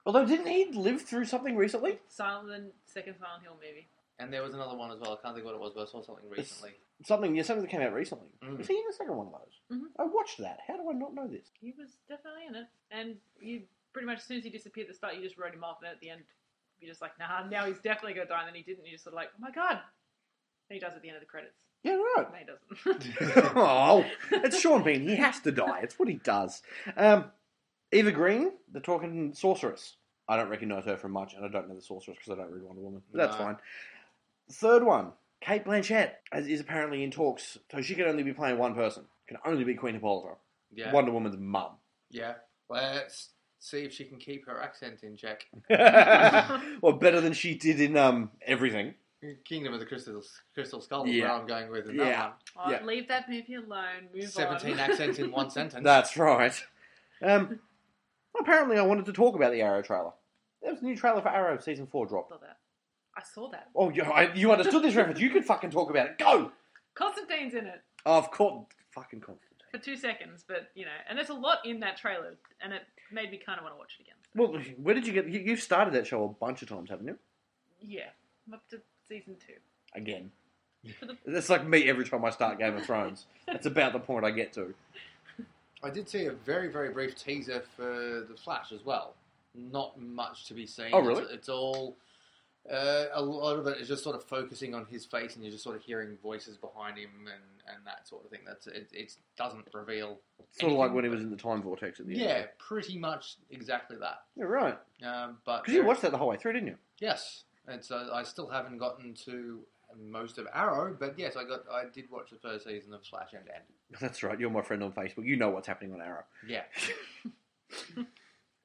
Speaker 1: Although, didn't he live through something recently?
Speaker 4: Silent, the second Silent Hill movie.
Speaker 3: And there was another one as well. I can't think what it was, but I saw something
Speaker 1: It's-
Speaker 3: recently.
Speaker 1: Something, yeah, something that came out recently.
Speaker 3: Mm.
Speaker 1: Was he in the second one of those?
Speaker 4: Mhm.
Speaker 1: I watched that. How do I not know this?
Speaker 4: He was definitely in it. And you pretty much, as soon as he disappeared at the start, you just wrote him off. And at the end, you're just like, nah, now he's definitely going to die. And then he didn't. You're just sort of like, oh my god. And he does at the end of the credits.
Speaker 1: Yeah, right.
Speaker 4: No, he doesn't.
Speaker 1: oh, it's Sean Bean. He has to die. It's what he does. Um, Eva Green, the talking sorceress. I don't recognise her from much, and I don't know the sorceress because I don't read Wonder Woman. But that's
Speaker 3: No.
Speaker 1: fine. Third one, Kate Blanchett is, is apparently in talks, so she can only be playing one person. Can only be Queen Hippolyta,
Speaker 3: Yeah.
Speaker 1: Wonder Woman's mum.
Speaker 3: Yeah. Let's see if she can keep her accent in check.
Speaker 1: well, better than she did in um everything.
Speaker 3: Kingdom of the Crystal Crystal Skull is
Speaker 1: Yeah.
Speaker 3: where I'm going with in
Speaker 1: Yeah.
Speaker 3: that
Speaker 4: Oh,
Speaker 1: Yeah.
Speaker 4: Leave that movie alone. Move
Speaker 3: one. Seventeen
Speaker 4: on.
Speaker 3: accents in one sentence.
Speaker 1: That's right. Um, apparently, I wanted to talk about the Arrow trailer. There was a new trailer for Arrow season four dropped.
Speaker 4: Saw that. I saw that.
Speaker 1: Oh, you, I, you understood this reference. You could fucking talk about it. Go.
Speaker 4: Constantine's in it
Speaker 1: Of course, fucking Constantine.
Speaker 4: for two seconds, but you know, and there's a lot in that trailer, and it made me kind of want to watch it again.
Speaker 1: Well, where did you get? You, you've started that show a bunch of times, haven't you?
Speaker 4: Yeah, I'm up to season two.
Speaker 1: Again.
Speaker 4: For the-
Speaker 1: That's like me every time I start Game of Thrones. That's about the point I get to.
Speaker 3: I did see a very very brief teaser for the Flash as well. Not much to be seen.
Speaker 1: Oh, really?
Speaker 3: It's, it's all. Uh, a lot of it is just sort of focusing on his face, and you're just sort of hearing voices behind him, and, and that sort of thing. That's it. It doesn't reveal.
Speaker 1: Sort of like
Speaker 3: anything,
Speaker 1: when he was
Speaker 3: but-
Speaker 1: in the time vortex at the end.
Speaker 3: Yeah, pretty much exactly that.
Speaker 1: You're right.
Speaker 3: Um, but
Speaker 1: Because you
Speaker 3: there-
Speaker 1: watched that the whole way through, didn't you?
Speaker 3: Yes, it's uh, I still haven't gotten to most of Arrow, but yes, I got I did watch the first season of Flash and End.
Speaker 1: That's right. You're my friend on Facebook. You know what's happening on Arrow.
Speaker 3: Yeah,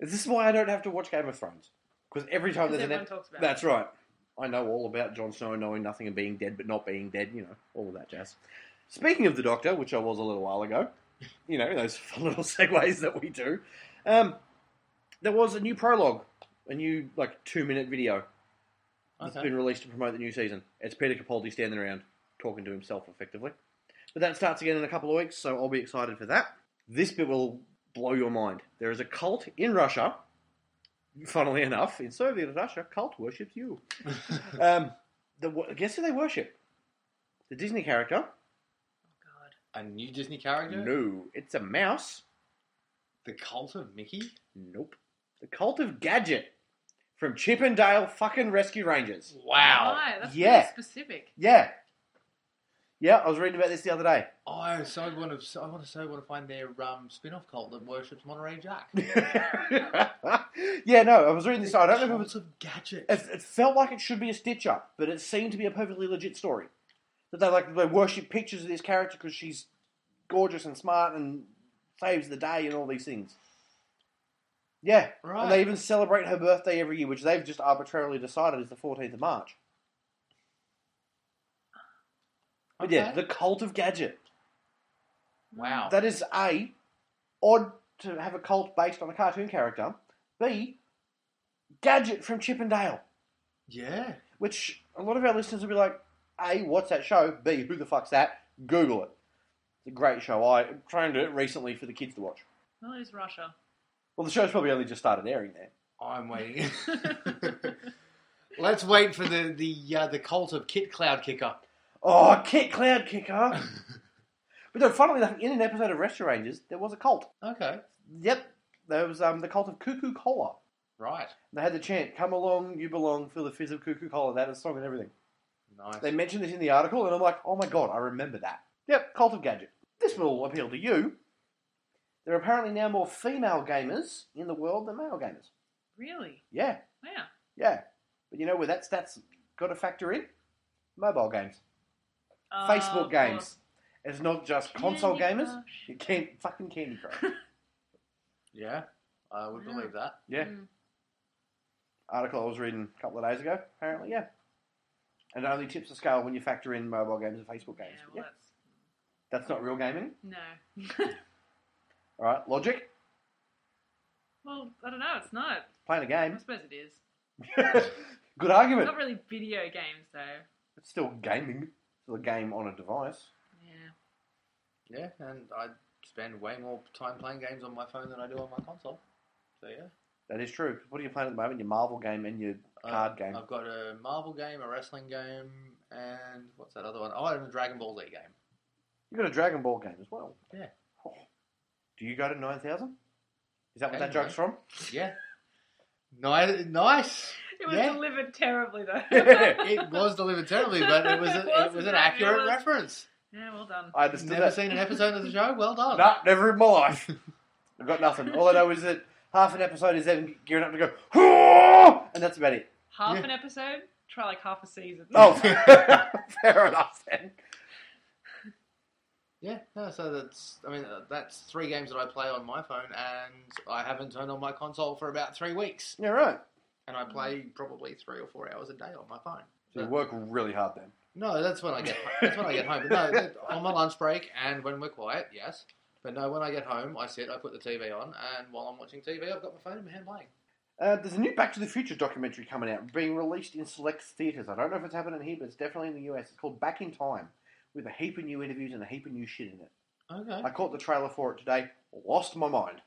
Speaker 1: This is why I don't have to watch Game of Thrones. Because every time
Speaker 4: Because
Speaker 1: Oh, there's an
Speaker 4: everyone
Speaker 1: ep-
Speaker 4: talks about
Speaker 1: That's right. I know all about Jon Snow knowing nothing and being dead, but not being dead. You know all of that jazz. Speaking of the Doctor, which I was a little while ago, you know those fun little segues that we do. Um, there was a new prologue, a new like two-minute video that's
Speaker 3: Okay.
Speaker 1: been released to promote the new season. It's Peter Capaldi standing around talking to himself, effectively. But that starts again in a couple of weeks, so I'll be excited for that. This bit will blow your mind. There is a cult in Russia. Funnily enough, in Soviet Russia, cult worships you. um, the, wo- guess who they worship? The Disney character?
Speaker 4: Oh, it.
Speaker 3: a new Disney character,
Speaker 1: No, it's a mouse.
Speaker 3: the Cult of Mickey.
Speaker 1: Nope. The cult of Gadget from Chippendale fucking Rescue Rangers.
Speaker 4: God.
Speaker 3: Wow,
Speaker 4: Why? That's
Speaker 1: Yeah.
Speaker 4: yeah. specific.
Speaker 1: Yeah. Yeah, I was reading about this the other day.
Speaker 3: Oh, I so want to so, I want to so want to find their um, spin-off cult that worships Monterey Jack.
Speaker 1: yeah, no, I was reading this. I don't know if it was.
Speaker 3: Cult of gadget.
Speaker 1: It, it felt like it should be a stitch up, but it seemed to be a perfectly legit story. That they like they worship pictures of this character because she's gorgeous and smart and saves the day and all these things. Yeah, and they
Speaker 3: Right.
Speaker 1: even celebrate her birthday every year, which they've just arbitrarily decided is the fourteenth of March. But yeah,
Speaker 3: Okay.
Speaker 1: the cult of gadget.
Speaker 3: wow.
Speaker 1: That is A, odd to have a cult based on a cartoon character. B, Gadget from Chippendale,
Speaker 3: yeah.
Speaker 1: which a lot of our listeners will be like, A, what's that show? B, who the fuck's that? Google it. It's a great show. I trained it recently for the kids to watch.
Speaker 4: Well, it is Russia.
Speaker 1: Well, the show's probably only just started airing there.
Speaker 3: I'm waiting. Let's wait for the the uh, the cult of Kit Cloud Kicker.
Speaker 1: Oh, Kit Cloud Kicker! but then, funnily enough, in an episode of Rescue Rangers, there was a cult.
Speaker 3: Okay,
Speaker 1: Yep, there was um, the cult of Cuckoo Cola.
Speaker 3: right,
Speaker 1: They had the chant, Come along, you belong, feel the fizz of Cuckoo Cola. That song and everything.
Speaker 3: nice.
Speaker 1: They mentioned this in the article, and I'm like, oh my god, I remember that. Yep, Cult of Gadget. This will appeal to you. There are apparently now more female gamers in the world than male gamers.
Speaker 4: Really?
Speaker 1: Yeah,
Speaker 4: Wow.
Speaker 1: yeah. But you know where that stats got to factor in mobile games,
Speaker 4: Uh,
Speaker 1: Facebook
Speaker 4: of course.
Speaker 1: games. It's not just console
Speaker 4: Candy
Speaker 1: gamers.
Speaker 4: Crush.
Speaker 1: It can fucking Candy Crush.
Speaker 3: Yeah, I would
Speaker 4: Wow.
Speaker 3: believe that.
Speaker 1: yeah.
Speaker 4: Mm.
Speaker 1: Article I was reading a couple of days ago. Apparently, yeah. And it only tips the scale when you factor in mobile games and Facebook
Speaker 4: Yeah,
Speaker 1: games. But
Speaker 4: well,
Speaker 1: yeah, that's not real gaming.
Speaker 4: that's no.
Speaker 1: All right, logic.
Speaker 4: well, I don't know. It's not.
Speaker 1: Playing a
Speaker 4: I
Speaker 1: game.
Speaker 4: suppose it is.
Speaker 1: Good argument.
Speaker 4: Not really video games though.
Speaker 1: It's still gaming. Still a game on a device.
Speaker 4: Yeah.
Speaker 3: Yeah, and I spend way more time playing games on my phone than I do on my console. So yeah,
Speaker 1: That is true. What are you playing at the moment? Your Marvel game and your
Speaker 3: Uh,
Speaker 1: card game.
Speaker 3: I've got a Marvel game, a wrestling game, and what's that other one? Oh, and a Dragon Ball Z game.
Speaker 1: You've got a Dragon Ball game as well.
Speaker 3: Yeah.
Speaker 1: Oh. Do you go to 9,000? Is that what that
Speaker 3: Anyway.
Speaker 1: joke's from?
Speaker 3: Yeah, nice. nice.
Speaker 4: It was
Speaker 3: Yeah.
Speaker 4: delivered terribly though.
Speaker 3: It was delivered terribly, but it was a, it, was an
Speaker 4: Wasn't it?
Speaker 3: accurate
Speaker 4: It was-
Speaker 3: reference.
Speaker 4: yeah, well done.
Speaker 1: I understood
Speaker 3: Never
Speaker 1: that.
Speaker 3: seen an episode of the show. Well done.
Speaker 1: Nah, never in my life. I've got nothing. All I know is that half an episode is them gearing up to go, "Hurrah!" and that's about it.
Speaker 4: Half
Speaker 3: Yeah.
Speaker 4: an episode. Try like half a season.
Speaker 1: Oh, fair enough then.
Speaker 3: Yeah, no, so that's I mean uh, that's three games that I play on my phone, and I haven't turned on my console for about three weeks,
Speaker 1: Yeah, right.
Speaker 3: and
Speaker 1: Mm.
Speaker 3: I play probably three or four hours a day on my phone.
Speaker 1: So you work really hard then.
Speaker 3: No, that's when I get that's when I get home. But no, on my lunch break and when we're quiet, yes. But no, when I get home, I sit, I put the TV on, and while I'm watching TV, I've got my phone in my hand playing.
Speaker 1: Uh, there's a new Back to the Future documentary coming out, being released in select theatres. I don't know if it's happening here, but it's definitely in the US. It's called Back in Time, with a heap of new interviews and a heap of new shit in it.
Speaker 3: Okay.
Speaker 1: I caught the trailer for it today, lost my mind.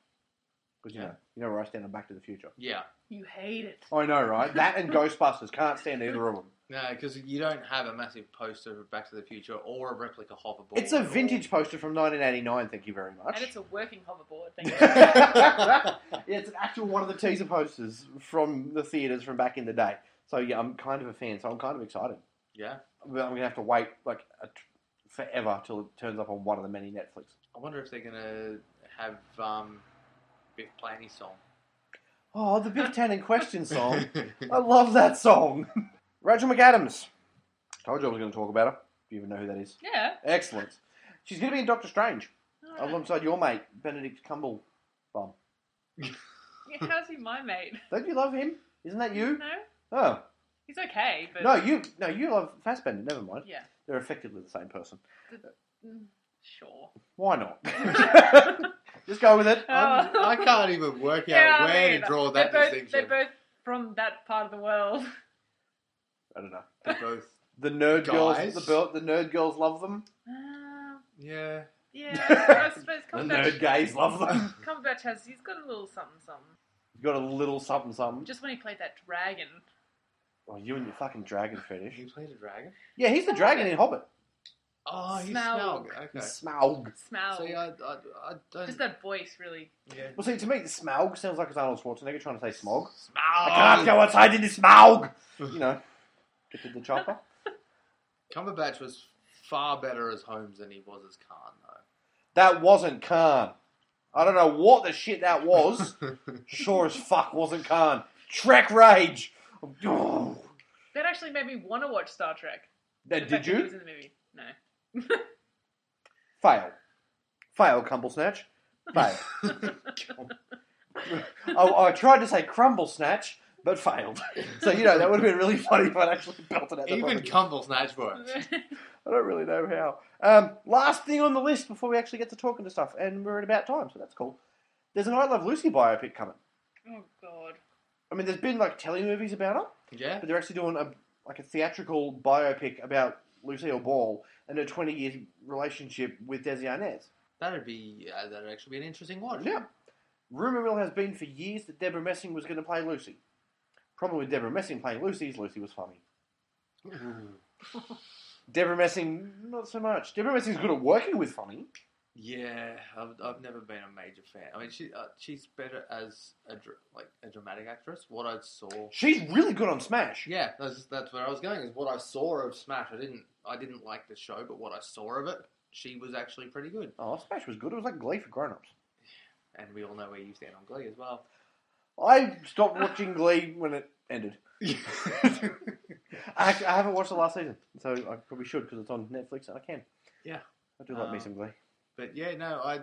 Speaker 1: Because, you,
Speaker 3: Yeah.
Speaker 1: know, you know where I stand on Back to the Future.
Speaker 3: Yeah.
Speaker 4: You hate it.
Speaker 1: I know, right? That and Ghostbusters. Can't stand either of them.
Speaker 3: No, because you don't have a massive poster of Back to the Future or a replica hoverboard.
Speaker 1: It's a
Speaker 3: or-
Speaker 1: vintage poster from 1989, thank you very much.
Speaker 4: And it's a working hoverboard. Thank you.
Speaker 1: Yeah, it's an actual one of the teaser posters from the theatres from back in the day. So, yeah, I'm kind of a fan, so I'm kind of excited.
Speaker 3: Yeah.
Speaker 1: But I'm going to have to wait, like, a t- forever till it turns up on one of the many Netflix.
Speaker 3: I wonder if they're gonna have um, Biff Blaney song.
Speaker 1: Oh, the Biff Tannen question song. I love that song. Rachel McAdams. Told you I was going to talk about her. Do you even know who that is?
Speaker 4: yeah.
Speaker 1: Excellent. She's going to be in Doctor Strange
Speaker 4: Alright.
Speaker 1: alongside your mate Benedict Cumberbatch.
Speaker 4: Yeah, How's he my mate?
Speaker 1: Don't you love him? Isn't that you?
Speaker 4: No,
Speaker 1: Oh
Speaker 4: he's okay, but
Speaker 1: no, you no, you love Fassbender. Never mind.
Speaker 4: yeah,
Speaker 1: They're effectively the same person.
Speaker 4: Mm, sure.
Speaker 1: Why not? Just go with it.
Speaker 3: I'm-
Speaker 4: Oh.
Speaker 3: I can't even work out
Speaker 4: Yeah, I
Speaker 3: where
Speaker 4: mean,
Speaker 3: to draw that
Speaker 4: they're both,
Speaker 3: distinction.
Speaker 4: They're both from that part of the world.
Speaker 1: I don't know.
Speaker 3: They're both.
Speaker 1: The nerd girls,
Speaker 3: Guys?
Speaker 1: the, bel- the nerd girls love them.
Speaker 4: Uh,
Speaker 3: Yeah.
Speaker 4: yeah, I suppose
Speaker 1: The
Speaker 4: Cumberbatch,
Speaker 1: nerd gays love them.
Speaker 4: Cumberbatch has he's got a little something something.
Speaker 1: You've got a little something, something.
Speaker 4: Just when he played that dragon.
Speaker 1: Oh, you and your fucking dragon fetish.
Speaker 3: He played a dragon.
Speaker 1: Yeah, he's the dragon in Hobbit.
Speaker 3: Oh, he's
Speaker 4: Smaug.
Speaker 3: Smaug. Okay.
Speaker 1: Smaug.
Speaker 4: Smaug.
Speaker 3: See, I, I, I don't.
Speaker 4: Just that voice really
Speaker 3: Yeah.
Speaker 1: Well, see, to me, Smaug sounds like it's Arnold Schwarzenegger trying to say smog.
Speaker 3: Smaug.
Speaker 1: I can't go outside in the Smaug. You know, get to the chopper.
Speaker 3: Cumberbatch was far better as Holmes than he was as Khan, though.
Speaker 1: That wasn't Khan. I don't know what the shit that was. sure as fuck wasn't Khan. Trek rage. Oh.
Speaker 4: that actually made me want to watch Star Trek.
Speaker 1: Now,
Speaker 4: The
Speaker 1: did
Speaker 4: fact that He was
Speaker 1: you
Speaker 4: in the movie. No.
Speaker 1: fail? Fail, Cumble Snatch. Fail. Oh, I, I tried to say Crumble Snatch, but failed. So you know that would have been really funny if I'd actually belted out. the
Speaker 3: Even
Speaker 1: proper-
Speaker 3: Cumble Snatch works.
Speaker 1: I don't really know how. Um, last thing on the list before we actually get to talking to stuff, and we're at about time, so that's cool. There's an I Love Lucy biopic coming.
Speaker 4: oh god.
Speaker 1: I mean, there's been like telemovies about her,
Speaker 3: Yeah.
Speaker 1: but they're actually doing a like a theatrical biopic about Lucille Ball and her 20 year relationship with Desi Arnaz.
Speaker 3: That'd be uh, that'd actually be an interesting watch.
Speaker 1: Yeah. Rumor mill has been for years that Deborah Messing was going to play Lucy. Problem with Deborah Messing playing Lucy is Lucy was funny. Deborah Messing, not so much. Deborah Messing's good at working with funny.
Speaker 3: Yeah, I've, I've never been a major fan. I mean, she uh, she's better as a dr- like a dramatic actress. What I saw.
Speaker 1: She's really good on Smash.
Speaker 3: Yeah, that's that's where I was going. Is what I saw of Smash. I didn't I didn't like the show, but what I saw of it, she was actually pretty good.
Speaker 1: Oh, Smash was good. It was like Glee for grown ups.
Speaker 3: And we all know where you stand on Glee as well.
Speaker 1: I stopped watching Glee when it ended. Actually, I haven't watched the last season, so I probably should because it's on Netflix and I can.
Speaker 3: Yeah.
Speaker 1: I do like me
Speaker 3: Um,
Speaker 1: some Glee.
Speaker 3: But yeah, no, I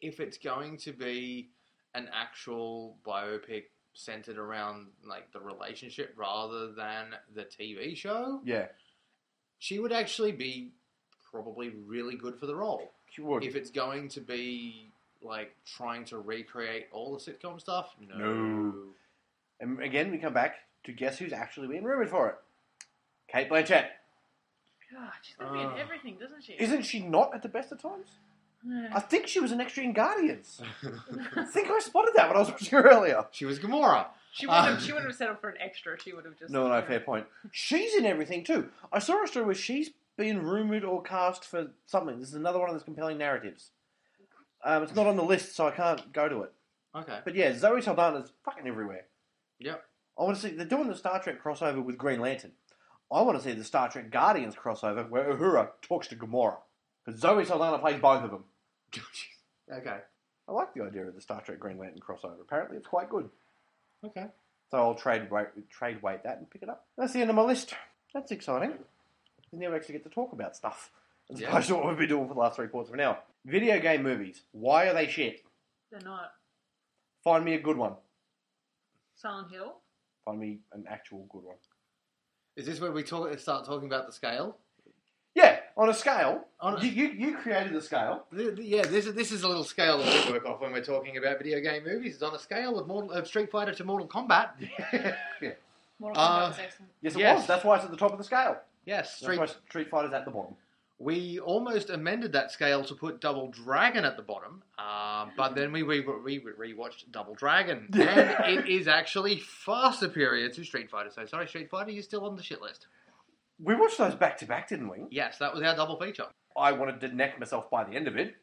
Speaker 3: if it's going to be an actual biopic centered around like the relationship rather than the TV show,
Speaker 1: Yeah,
Speaker 3: she would actually be probably really good for the role.
Speaker 1: she would.
Speaker 3: If it's going to be like trying to recreate all the sitcom stuff, no.
Speaker 1: No. And again, we come back to guess who's actually being rumored for it. Kate Blanchett.
Speaker 4: God, she's gonna be
Speaker 3: Ah.
Speaker 4: in everything, doesn't she?
Speaker 1: Isn't she not at the best of times? I
Speaker 4: Yeah.
Speaker 1: think she was an extra in Guardians. I think I spotted that when I was watching her earlier.
Speaker 3: she was Gamora.
Speaker 4: she wouldn't.
Speaker 3: Ah.
Speaker 4: have she wouldn't have settled for an extra. She would have just.
Speaker 1: No,
Speaker 4: you
Speaker 1: no,
Speaker 4: know.
Speaker 1: fair point. She's in everything too. I saw a story where she's been rumored or cast for something. This is another one of those compelling narratives. Um, it's not on the list, so I can't go to it.
Speaker 3: Okay.
Speaker 1: But yeah, Zoe Saldana's fucking everywhere.
Speaker 3: Yep.
Speaker 1: I want to see they're doing the Star Trek crossover with Green Lantern. I want to see the Star Trek Guardians crossover where Uhura talks to Gamora because Zoe Saldana plays both of them.
Speaker 3: okay.
Speaker 1: I like the idea of the Star Trek Green Lantern crossover. Apparently, it's quite good.
Speaker 3: Okay.
Speaker 1: So I'll trade wait, trade weight that and pick it up. That's the end of my list. That's exciting. We never actually get to talk about stuff. As
Speaker 3: Yeah.
Speaker 1: opposed to what we've been doing for the last three quarters of an hour. Video game movies. Why are they shit?
Speaker 4: They're not.
Speaker 1: Find me a good one.
Speaker 4: Silent Hill.
Speaker 1: Find me an actual good one.
Speaker 3: Is this where we talk start talking about the scale?
Speaker 1: Yeah, on a scale.
Speaker 3: On a-
Speaker 1: you, you, you created the scale.
Speaker 3: Th- th- Yeah, this is this is a little scale that we work off when we're talking about video game movies. It's on a scale of, Mortal, of Street Fighter to Mortal Kombat.
Speaker 4: Mortal Kombat
Speaker 1: Ah.
Speaker 3: Uh,
Speaker 4: was excellent.
Speaker 1: Yes, it
Speaker 3: Yes.
Speaker 1: was. That's why it's at the top of the scale.
Speaker 3: Yes,
Speaker 1: That's
Speaker 3: Street.
Speaker 1: why Street Fighter's at the bottom.
Speaker 3: We almost amended that scale to put Double Dragon at the bottom, uh, but then we we we rewatched Double Dragon, and it is actually far superior to Street Fighter. So sorry, Street Fighter, you're still on the shit list.
Speaker 1: We watched those back to back, didn't we?
Speaker 3: Yes, that was our double feature,
Speaker 1: I wanted to neck myself by the end of it.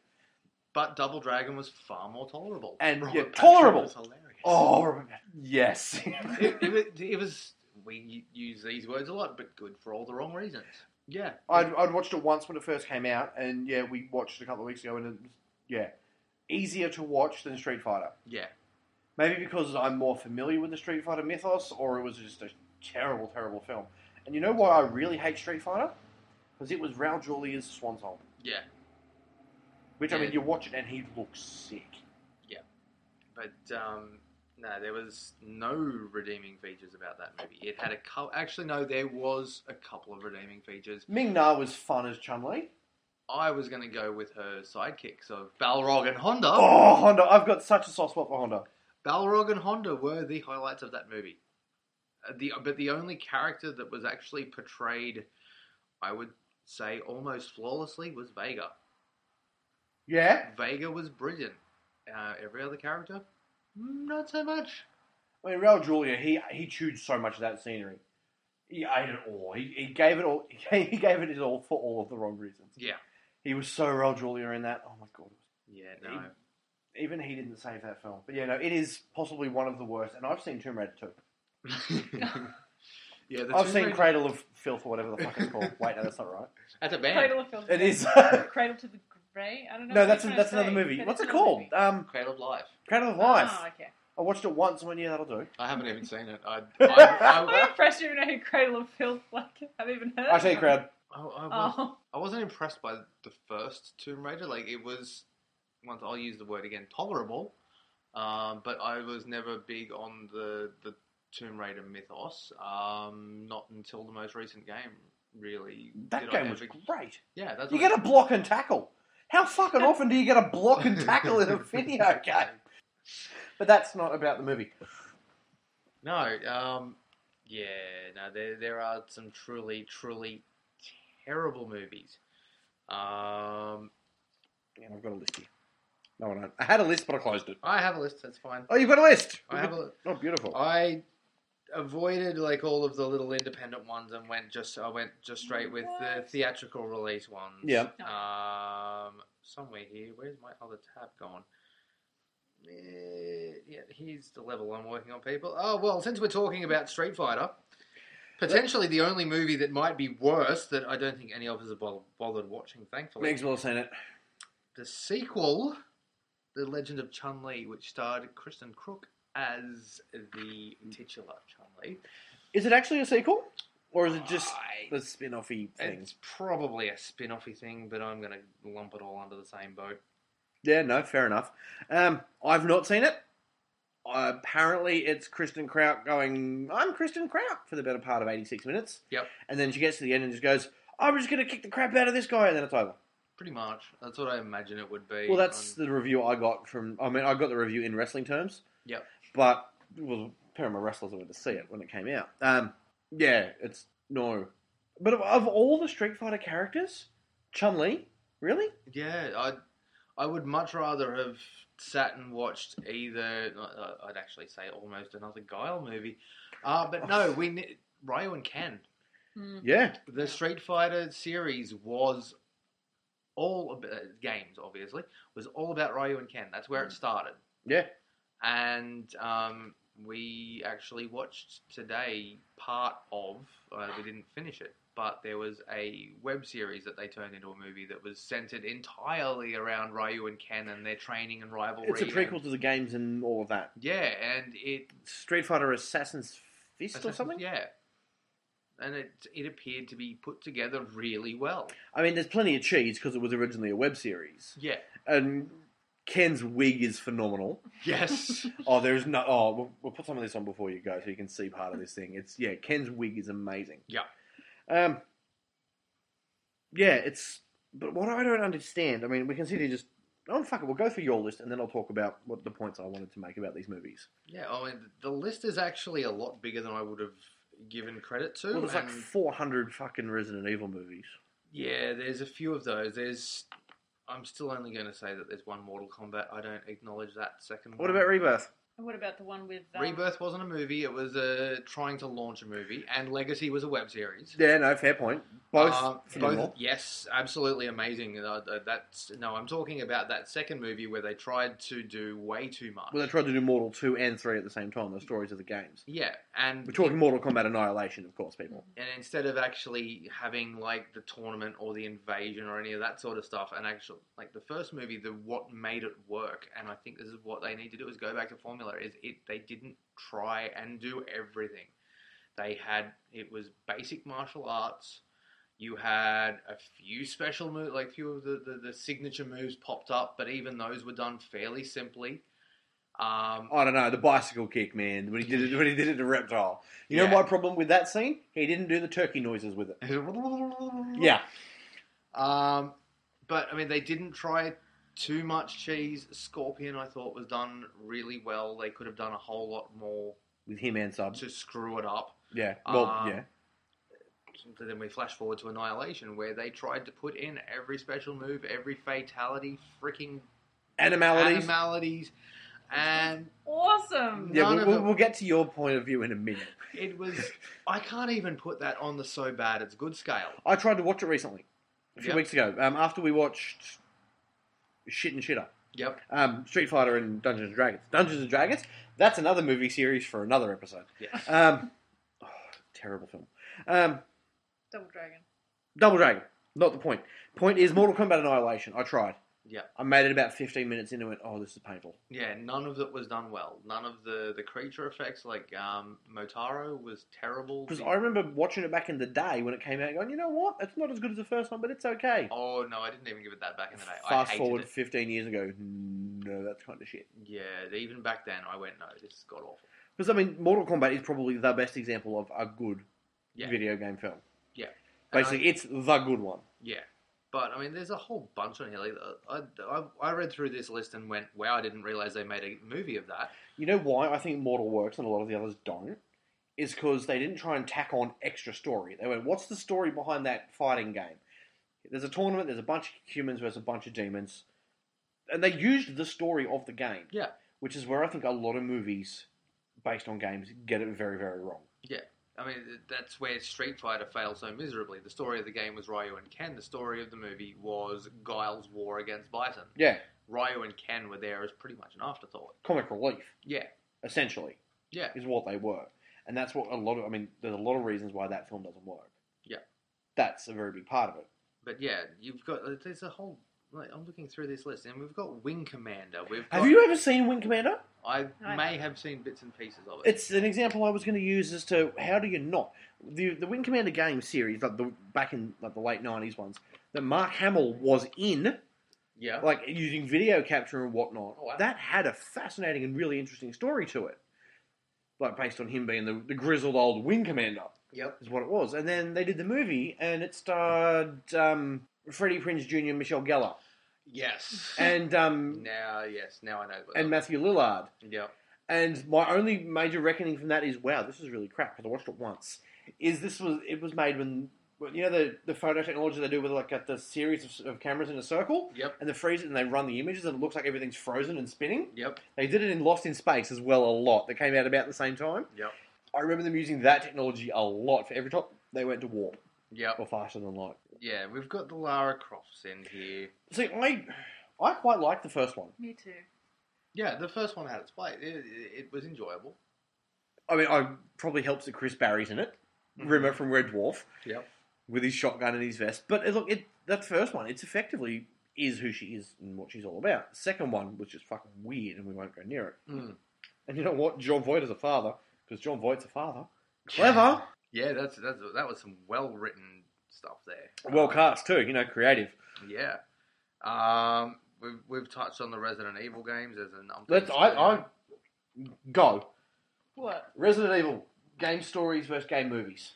Speaker 3: but Double Dragon was far more tolerable
Speaker 1: And,
Speaker 3: Robert
Speaker 1: yeah,
Speaker 3: Patrick
Speaker 1: tolerable.
Speaker 3: was hilarious.
Speaker 1: Oh, yes.
Speaker 3: it, it, was, it was. We use these words a lot, but good for all the wrong reasons. Yeah,
Speaker 1: I'd, I'd watched it once when it first came out, and yeah, we watched it a couple of weeks ago, and it was, yeah, easier to watch than Street Fighter.
Speaker 3: yeah.
Speaker 1: Maybe because I'm more familiar with the Street Fighter mythos, or it was just a terrible, terrible film. And you know why I really hate Street Fighter? Because it was Raul Julia's swan song.
Speaker 3: Yeah,
Speaker 1: Which I
Speaker 3: Yeah.
Speaker 1: mean, you watch it and he looks sick.
Speaker 3: but um, no, there was no redeeming features about that movie. It had a couple. Actually, no, there was a couple of redeeming features.
Speaker 1: Ming Na was fun as Chun Li.
Speaker 3: I was going to go with her sidekicks of Balrog and Honda.
Speaker 1: Oh, Honda! I've got such a soft spot for Honda.
Speaker 3: Balrog and Honda were the highlights of that movie. Uh, the but the only character that was actually portrayed, I would say, almost flawlessly was Vega.
Speaker 1: Yeah,
Speaker 3: Vega was brilliant. Uh, every other character, mm, not so much.
Speaker 1: I mean, Raul Julia, he he chewed so much of that scenery. He ate it all. He, he gave it all. He gave it his all for all of the wrong reasons.
Speaker 3: Yeah,
Speaker 1: He was so Raul Julia in that. Oh my god!
Speaker 3: yeah, no,
Speaker 1: Even he didn't save that film. But yeah, no, it is possibly one of the worst. And I've seen Tomb Raider too.
Speaker 3: yeah. The
Speaker 1: I've
Speaker 3: Tomb
Speaker 1: seen
Speaker 3: Raider-
Speaker 1: Cradle of Filth or whatever the fuck it's called. Wait, no, that's not right.
Speaker 3: That's a band.
Speaker 4: Cradle of Filth.
Speaker 1: It is.
Speaker 4: Cradle to the Grey. I don't know.
Speaker 1: no,
Speaker 4: what
Speaker 1: that's
Speaker 4: I'm trying to
Speaker 1: that's another
Speaker 4: say,
Speaker 1: movie.
Speaker 4: but
Speaker 1: What's it
Speaker 4: it's
Speaker 1: called?
Speaker 4: another
Speaker 1: Um,
Speaker 3: Cradle of Life.
Speaker 1: Cradle of
Speaker 4: movie.
Speaker 1: Life.
Speaker 4: Oh, okay.
Speaker 1: I watched it once and went, yeah, that'll do.
Speaker 3: I haven't even seen it. I, I,
Speaker 4: I'm
Speaker 3: I,
Speaker 4: impressed you even know who Cradle of Filth like. I've even heard.
Speaker 1: I tell you,
Speaker 4: of them.
Speaker 1: crowd.
Speaker 3: I, I was,
Speaker 4: Oh,
Speaker 3: I wasn't impressed by the first Tomb Raider. Like it was, once I'll use the word again, tolerable. Um, but I was never big on the the Tomb Raider mythos. Um, not until the most recent game, really.
Speaker 1: That
Speaker 3: did I
Speaker 1: game was
Speaker 3: ever-
Speaker 1: great.
Speaker 3: yeah. That's
Speaker 1: You
Speaker 3: what I-
Speaker 1: get a block and tackle. How fucking often do you get a block and tackle in a video game? But that's not about the movie.
Speaker 3: No, um, yeah, no, there there are some truly, truly terrible movies. Um,
Speaker 1: And I've got a list here. No, I don't. I had a list, but I closed it.
Speaker 3: I have a list. That's fine.
Speaker 1: Oh, you've got a list.
Speaker 3: I have a.
Speaker 1: Oh, beautiful.
Speaker 3: I avoided like all of the little independent ones and went just I went just straight with the
Speaker 4: What?
Speaker 3: theatrical release ones.
Speaker 1: Yeah.
Speaker 3: Um, somewhere here. Where's my other tab gone? Eh, Yeah, here's the level I'm working on, people. Oh well, since we're talking about Street Fighter, potentially the only movie that might be worse that I don't think any of us have bo- bothered watching. Thankfully,
Speaker 1: Megs will have seen it.
Speaker 3: the sequel, The Legend of Chun Li, which starred Kristen Crook as the titular Chun-Li.
Speaker 1: Is it actually a sequel? Or is it just
Speaker 3: I-
Speaker 1: the spin offy thing?
Speaker 3: It's probably a spin-offy thing, but I'm going to lump it all under the same boat.
Speaker 1: Yeah, no, fair enough. Um, I've not seen it. apparently, it's Kristen Kraut going, I'm Kristen Kraut for the better part of 86 minutes.
Speaker 3: Yep.
Speaker 1: And then she gets to the end and just goes, I'm just going to kick the crap out of this guy, and then it's over.
Speaker 3: Pretty much. That's what I imagine it would be.
Speaker 1: Well, that's
Speaker 3: Um,
Speaker 1: the review I got from. I mean, I got the review in wrestling terms.
Speaker 3: Yep.
Speaker 1: But well, a pair of my wrestlers went to see it when it came out. Um, yeah, it's no. But of, of all the Street Fighter characters, Chun Li, really?
Speaker 3: Yeah, I I would much rather have sat and watched either. I- I'd actually say almost another Guile movie, uh, but no, we ne- Ryu and Ken.
Speaker 4: Hmm.
Speaker 1: Yeah.
Speaker 3: The Street Fighter series was all ab- uh, games, obviously, was all about Ryu and Ken. That's
Speaker 1: Mm.
Speaker 3: where it started,
Speaker 1: Yeah.
Speaker 3: and um, we actually watched today part of. Uh, we didn't finish it, but there was a web series that they turned into a movie that was centered entirely around Ryu and Ken and their training and rivalry.
Speaker 1: It's a prequel
Speaker 3: and-
Speaker 1: to the games and all of that.
Speaker 3: yeah, and it
Speaker 1: Street Fighter Assassin's Fist or
Speaker 3: Assassin's-
Speaker 1: something?
Speaker 3: Yeah. And it it appeared to be put together really well.
Speaker 1: I mean, there's plenty of cheese because it was originally a web series.
Speaker 3: Yeah.
Speaker 1: And Ken's wig is phenomenal.
Speaker 3: Yes.
Speaker 1: Oh, there's no. Oh, we'll, we'll put some of this on before you go, so you can see part of this thing. It's yeah, Ken's wig is amazing.
Speaker 3: Yeah.
Speaker 1: Um. Yeah, it's. But what I don't understand, I mean, we can sit here just. Oh fuck it, we'll go through your list, and then I'll talk about what the points I wanted to make about these movies.
Speaker 3: yeah. I mean, the list is actually a lot bigger than I would have given credit to.
Speaker 1: Well, there's like
Speaker 3: and-
Speaker 1: 400 fucking Resident Evil movies.
Speaker 3: Yeah, there's a few of those. There's. I'm still only going to say that there's one Mortal Kombat. I don't acknowledge that second
Speaker 1: What
Speaker 3: one.
Speaker 1: about Rebirth?
Speaker 4: And what about the one with um,
Speaker 3: Rebirth wasn't a movie. It was uh, trying to launch a movie, and Legacy was a web series.
Speaker 1: Yeah, no, fair point. Both.
Speaker 3: Uh,
Speaker 1: phenomenal.
Speaker 3: yes, absolutely amazing. Uh, uh, that's no, I'm talking about that second movie where they tried to do way too much.
Speaker 1: Well, they tried to do Mortal 2 and 3 at the same time, the stories of the games.
Speaker 3: yeah, and
Speaker 1: We're talking Mortal Kombat Annihilation, of course, people.
Speaker 3: and instead of actually having like the tournament or the invasion or any of that sort of stuff, and actually like the first movie, the what made it work, and I think this is what they need to do is go back to formula. Is it they didn't try and do everything. They had it was basic martial arts. You had a few special moves, like few of the, the, the signature moves popped up, but even those were done fairly simply. Um,
Speaker 1: I don't know, the bicycle kick, man, when he did it when he did it to Reptile. You know
Speaker 3: Yeah.
Speaker 1: my problem with that scene? He didn't do the turkey noises with it. Yeah.
Speaker 3: Um, but I mean, they didn't try too much cheese. Scorpion, I thought, was done really well. They could have done a whole lot more
Speaker 1: With him and subs.
Speaker 3: to screw it up.
Speaker 1: Yeah. Well,
Speaker 3: Um,
Speaker 1: yeah.
Speaker 3: But then we flash forward to Annihilation, where they tried to put in every special move, every fatality, freaking
Speaker 1: Animalities.
Speaker 3: animalities, and
Speaker 4: Awesome.
Speaker 1: yeah,
Speaker 3: none
Speaker 1: we'll,
Speaker 3: of
Speaker 1: we'll,
Speaker 3: it-
Speaker 1: we'll get to your point of view in a minute.
Speaker 3: it was. I can't even put that on the so bad it's good scale.
Speaker 1: I tried to watch it recently, a few
Speaker 3: Yep.
Speaker 1: weeks ago, um, after we watched Shit and Shitter.
Speaker 3: Yep.
Speaker 1: um, Street Fighter and Dungeons and Dragons. Dungeons and Dragons. That's another movie series for another episode.
Speaker 3: Yes.
Speaker 1: Um, oh, terrible film. Um,
Speaker 4: Double Dragon.
Speaker 1: Double Dragon. Not the point. Point is Mortal Kombat Annihilation. I tried.
Speaker 3: Yep.
Speaker 1: I made it about 15 minutes into it. Oh, this is painful.
Speaker 3: Yeah, none of it was done well. None of the, the creature effects, like um, Motaro, was terrible.
Speaker 1: Because
Speaker 3: The-
Speaker 1: I remember watching it back in the day when it came out, and going, you know what? It's not as good as the first one, but it's okay.
Speaker 3: Oh no, I didn't even give it that back in the day. I
Speaker 1: Fast
Speaker 3: hated
Speaker 1: forward
Speaker 3: It.
Speaker 1: 15 years ago, no, that's kind of shit.
Speaker 3: Yeah, even back then, I went no, this has got awful.
Speaker 1: Because I mean, Mortal Kombat is probably the best example of a good
Speaker 3: Yeah.
Speaker 1: video game film.
Speaker 3: Yeah. And
Speaker 1: Basically, it's the good one.
Speaker 3: Yeah, but I mean, there's a whole bunch on here. Like, I, I, I read through this list and went, wow, I didn't realize they made a movie of that.
Speaker 1: You know why I think Mortal works and a lot of the others don't? Is because they didn't try and tack on extra story. They went, what's the story behind that fighting game? There's a tournament, there's a bunch of humans versus a bunch of demons. And they used the story of the game.
Speaker 3: Yeah.
Speaker 1: Which is where I think a lot of movies based on games get it very, very wrong.
Speaker 3: I mean, th- that's where Street Fighter failed so miserably. The story of the game was Ryu and Ken. The story of the movie was Guile's war against Bison.
Speaker 1: Yeah.
Speaker 3: Ryu and Ken were there as pretty much an afterthought.
Speaker 1: Comic relief,
Speaker 3: Yeah,
Speaker 1: essentially,
Speaker 3: yeah.
Speaker 1: is what they were. And that's what a lot of, I mean, there's a lot of reasons why that film doesn't work.
Speaker 3: Yeah.
Speaker 1: That's a very big part of it.
Speaker 3: But yeah, you've got uh, there's a whole. Like, I'm looking through this list, and we've got Wing Commander. We've
Speaker 1: Have
Speaker 3: got-
Speaker 1: you ever seen Wing Commander?
Speaker 3: I
Speaker 4: I-
Speaker 3: may have seen bits and pieces of it.
Speaker 1: It's an example I was going to use as to how do you not the the Wing Commander game series, like the back in like the late nineties ones that Mark Hamill was in,
Speaker 3: yeah.
Speaker 1: like using video capture and whatnot.
Speaker 3: Oh, wow.
Speaker 1: That had a fascinating and really interesting story to it, like based on him being the, the grizzled old Wing Commander.
Speaker 3: yep.
Speaker 1: is what it was. And then they did the movie, and it starred um, Freddie Prinze Jr. and Michelle Geller,
Speaker 3: Yes.
Speaker 1: and um,
Speaker 3: now, yes, now I know. about
Speaker 1: and
Speaker 3: that.
Speaker 1: Matthew Lillard.
Speaker 3: yep.
Speaker 1: And my only major reckoning from that is, wow, this is really crap. Because I watched it once. Is this was it was made when when, you know the the photo technology they do with like a, the series of, of cameras in a circle.
Speaker 3: Yep.
Speaker 1: And they freeze it and they run the images and it looks like everything's frozen and spinning.
Speaker 3: Yep.
Speaker 1: They did it in Lost in Space as well a lot. That came out about the same time.
Speaker 3: Yep.
Speaker 1: I remember them using that technology a lot for every time they went to warp
Speaker 3: Yep.
Speaker 1: or faster than light.
Speaker 3: Yeah, we've got the Lara Crofts in here.
Speaker 1: See, I I quite like the first one.
Speaker 4: Me too.
Speaker 3: Yeah, the first one had its place. It, it, it was enjoyable.
Speaker 1: I mean, I probably helps that Chris Barry's in it. Rimmer Mm-hmm. from Red Dwarf
Speaker 3: Yep.
Speaker 1: with his shotgun and his vest. But uh, look, it that first one, it's effectively is who she is and what she's all about. The second one was just fucking weird, and we won't go near it.
Speaker 3: Mm.
Speaker 1: And you know what? John Voight is a father because John Voight's a father. Clever,
Speaker 3: Yeah, that's that's that was some well written stuff there.
Speaker 1: well cast too. You know, creative.
Speaker 3: Yeah. Um, we've we've touched on the Resident Evil games as an.
Speaker 1: Let's I, I go
Speaker 4: What?
Speaker 1: Resident Evil game stories versus game movies.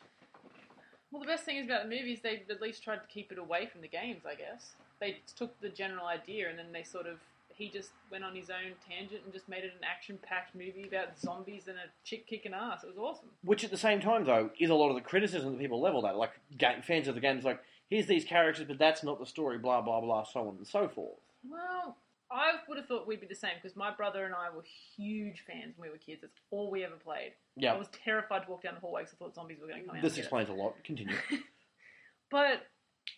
Speaker 4: Well, the best thing is about the movies, they at least tried to keep it away from the games, I guess. They took the general idea and then they sort of. He just went on his own tangent and just made it an action packed movie about zombies and a chick kicking ass. It was awesome.
Speaker 1: Which at the same time, though, is a lot of the criticism that people level at. Like game, fans of the games, like here's these characters, but that's not the story. Blah blah blah, so on and so forth.
Speaker 4: Well, I would have thought we'd be the same because my brother and I were huge fans when we were kids. That's all we ever played.
Speaker 1: Yeah,
Speaker 4: I was terrified to walk down the hallway because I thought zombies were going to come out.
Speaker 1: this
Speaker 4: and get us.
Speaker 1: explains a lot. Continue.
Speaker 4: But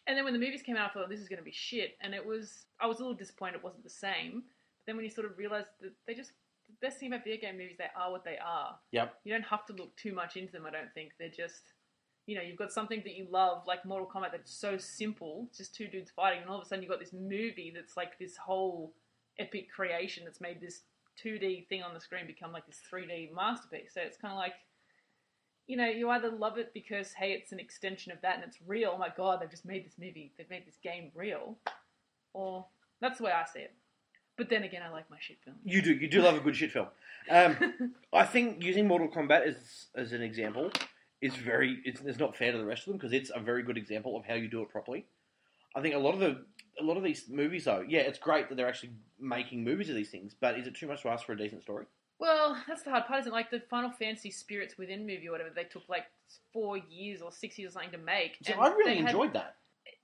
Speaker 4: and then when the movies came out, I thought this is going to be shit, and it was. I was a little disappointed it wasn't the same. But then when you sort of realize that they just the best thing about video game movies, they are what they are.
Speaker 1: Yep.
Speaker 4: You don't have to look too much into them. I don't think they're just. You know, you've got something that you love, like Mortal Kombat, that's so simple, it's just two dudes fighting, and all of a sudden you've got this movie that's like this whole epic creation that's made this 2D thing on the screen become like this 3D masterpiece. So it's kind of like you know, you either love it because hey, it's an extension of that and it's real. Oh my god, they've just made this movie, they've made this game real, or that's the way I see it. But then again, I like my shit films.
Speaker 1: You do. You do love a good shit film. Um, I think using Mortal Kombat as as an example is very. It's, it's not fair to the rest of them because it's a very good example of how you do it properly. I think a lot of the a lot of these movies, though, yeah, it's great that they're actually making movies of these things. But is it too much to ask for a decent story?
Speaker 4: Well, that's the hard part, isn't it? Like the Final Fantasy Spirits Within movie or whatever, they took like four years or six years or something to make.
Speaker 1: So
Speaker 4: and
Speaker 1: I
Speaker 4: they
Speaker 1: really
Speaker 4: had-
Speaker 1: enjoyed that.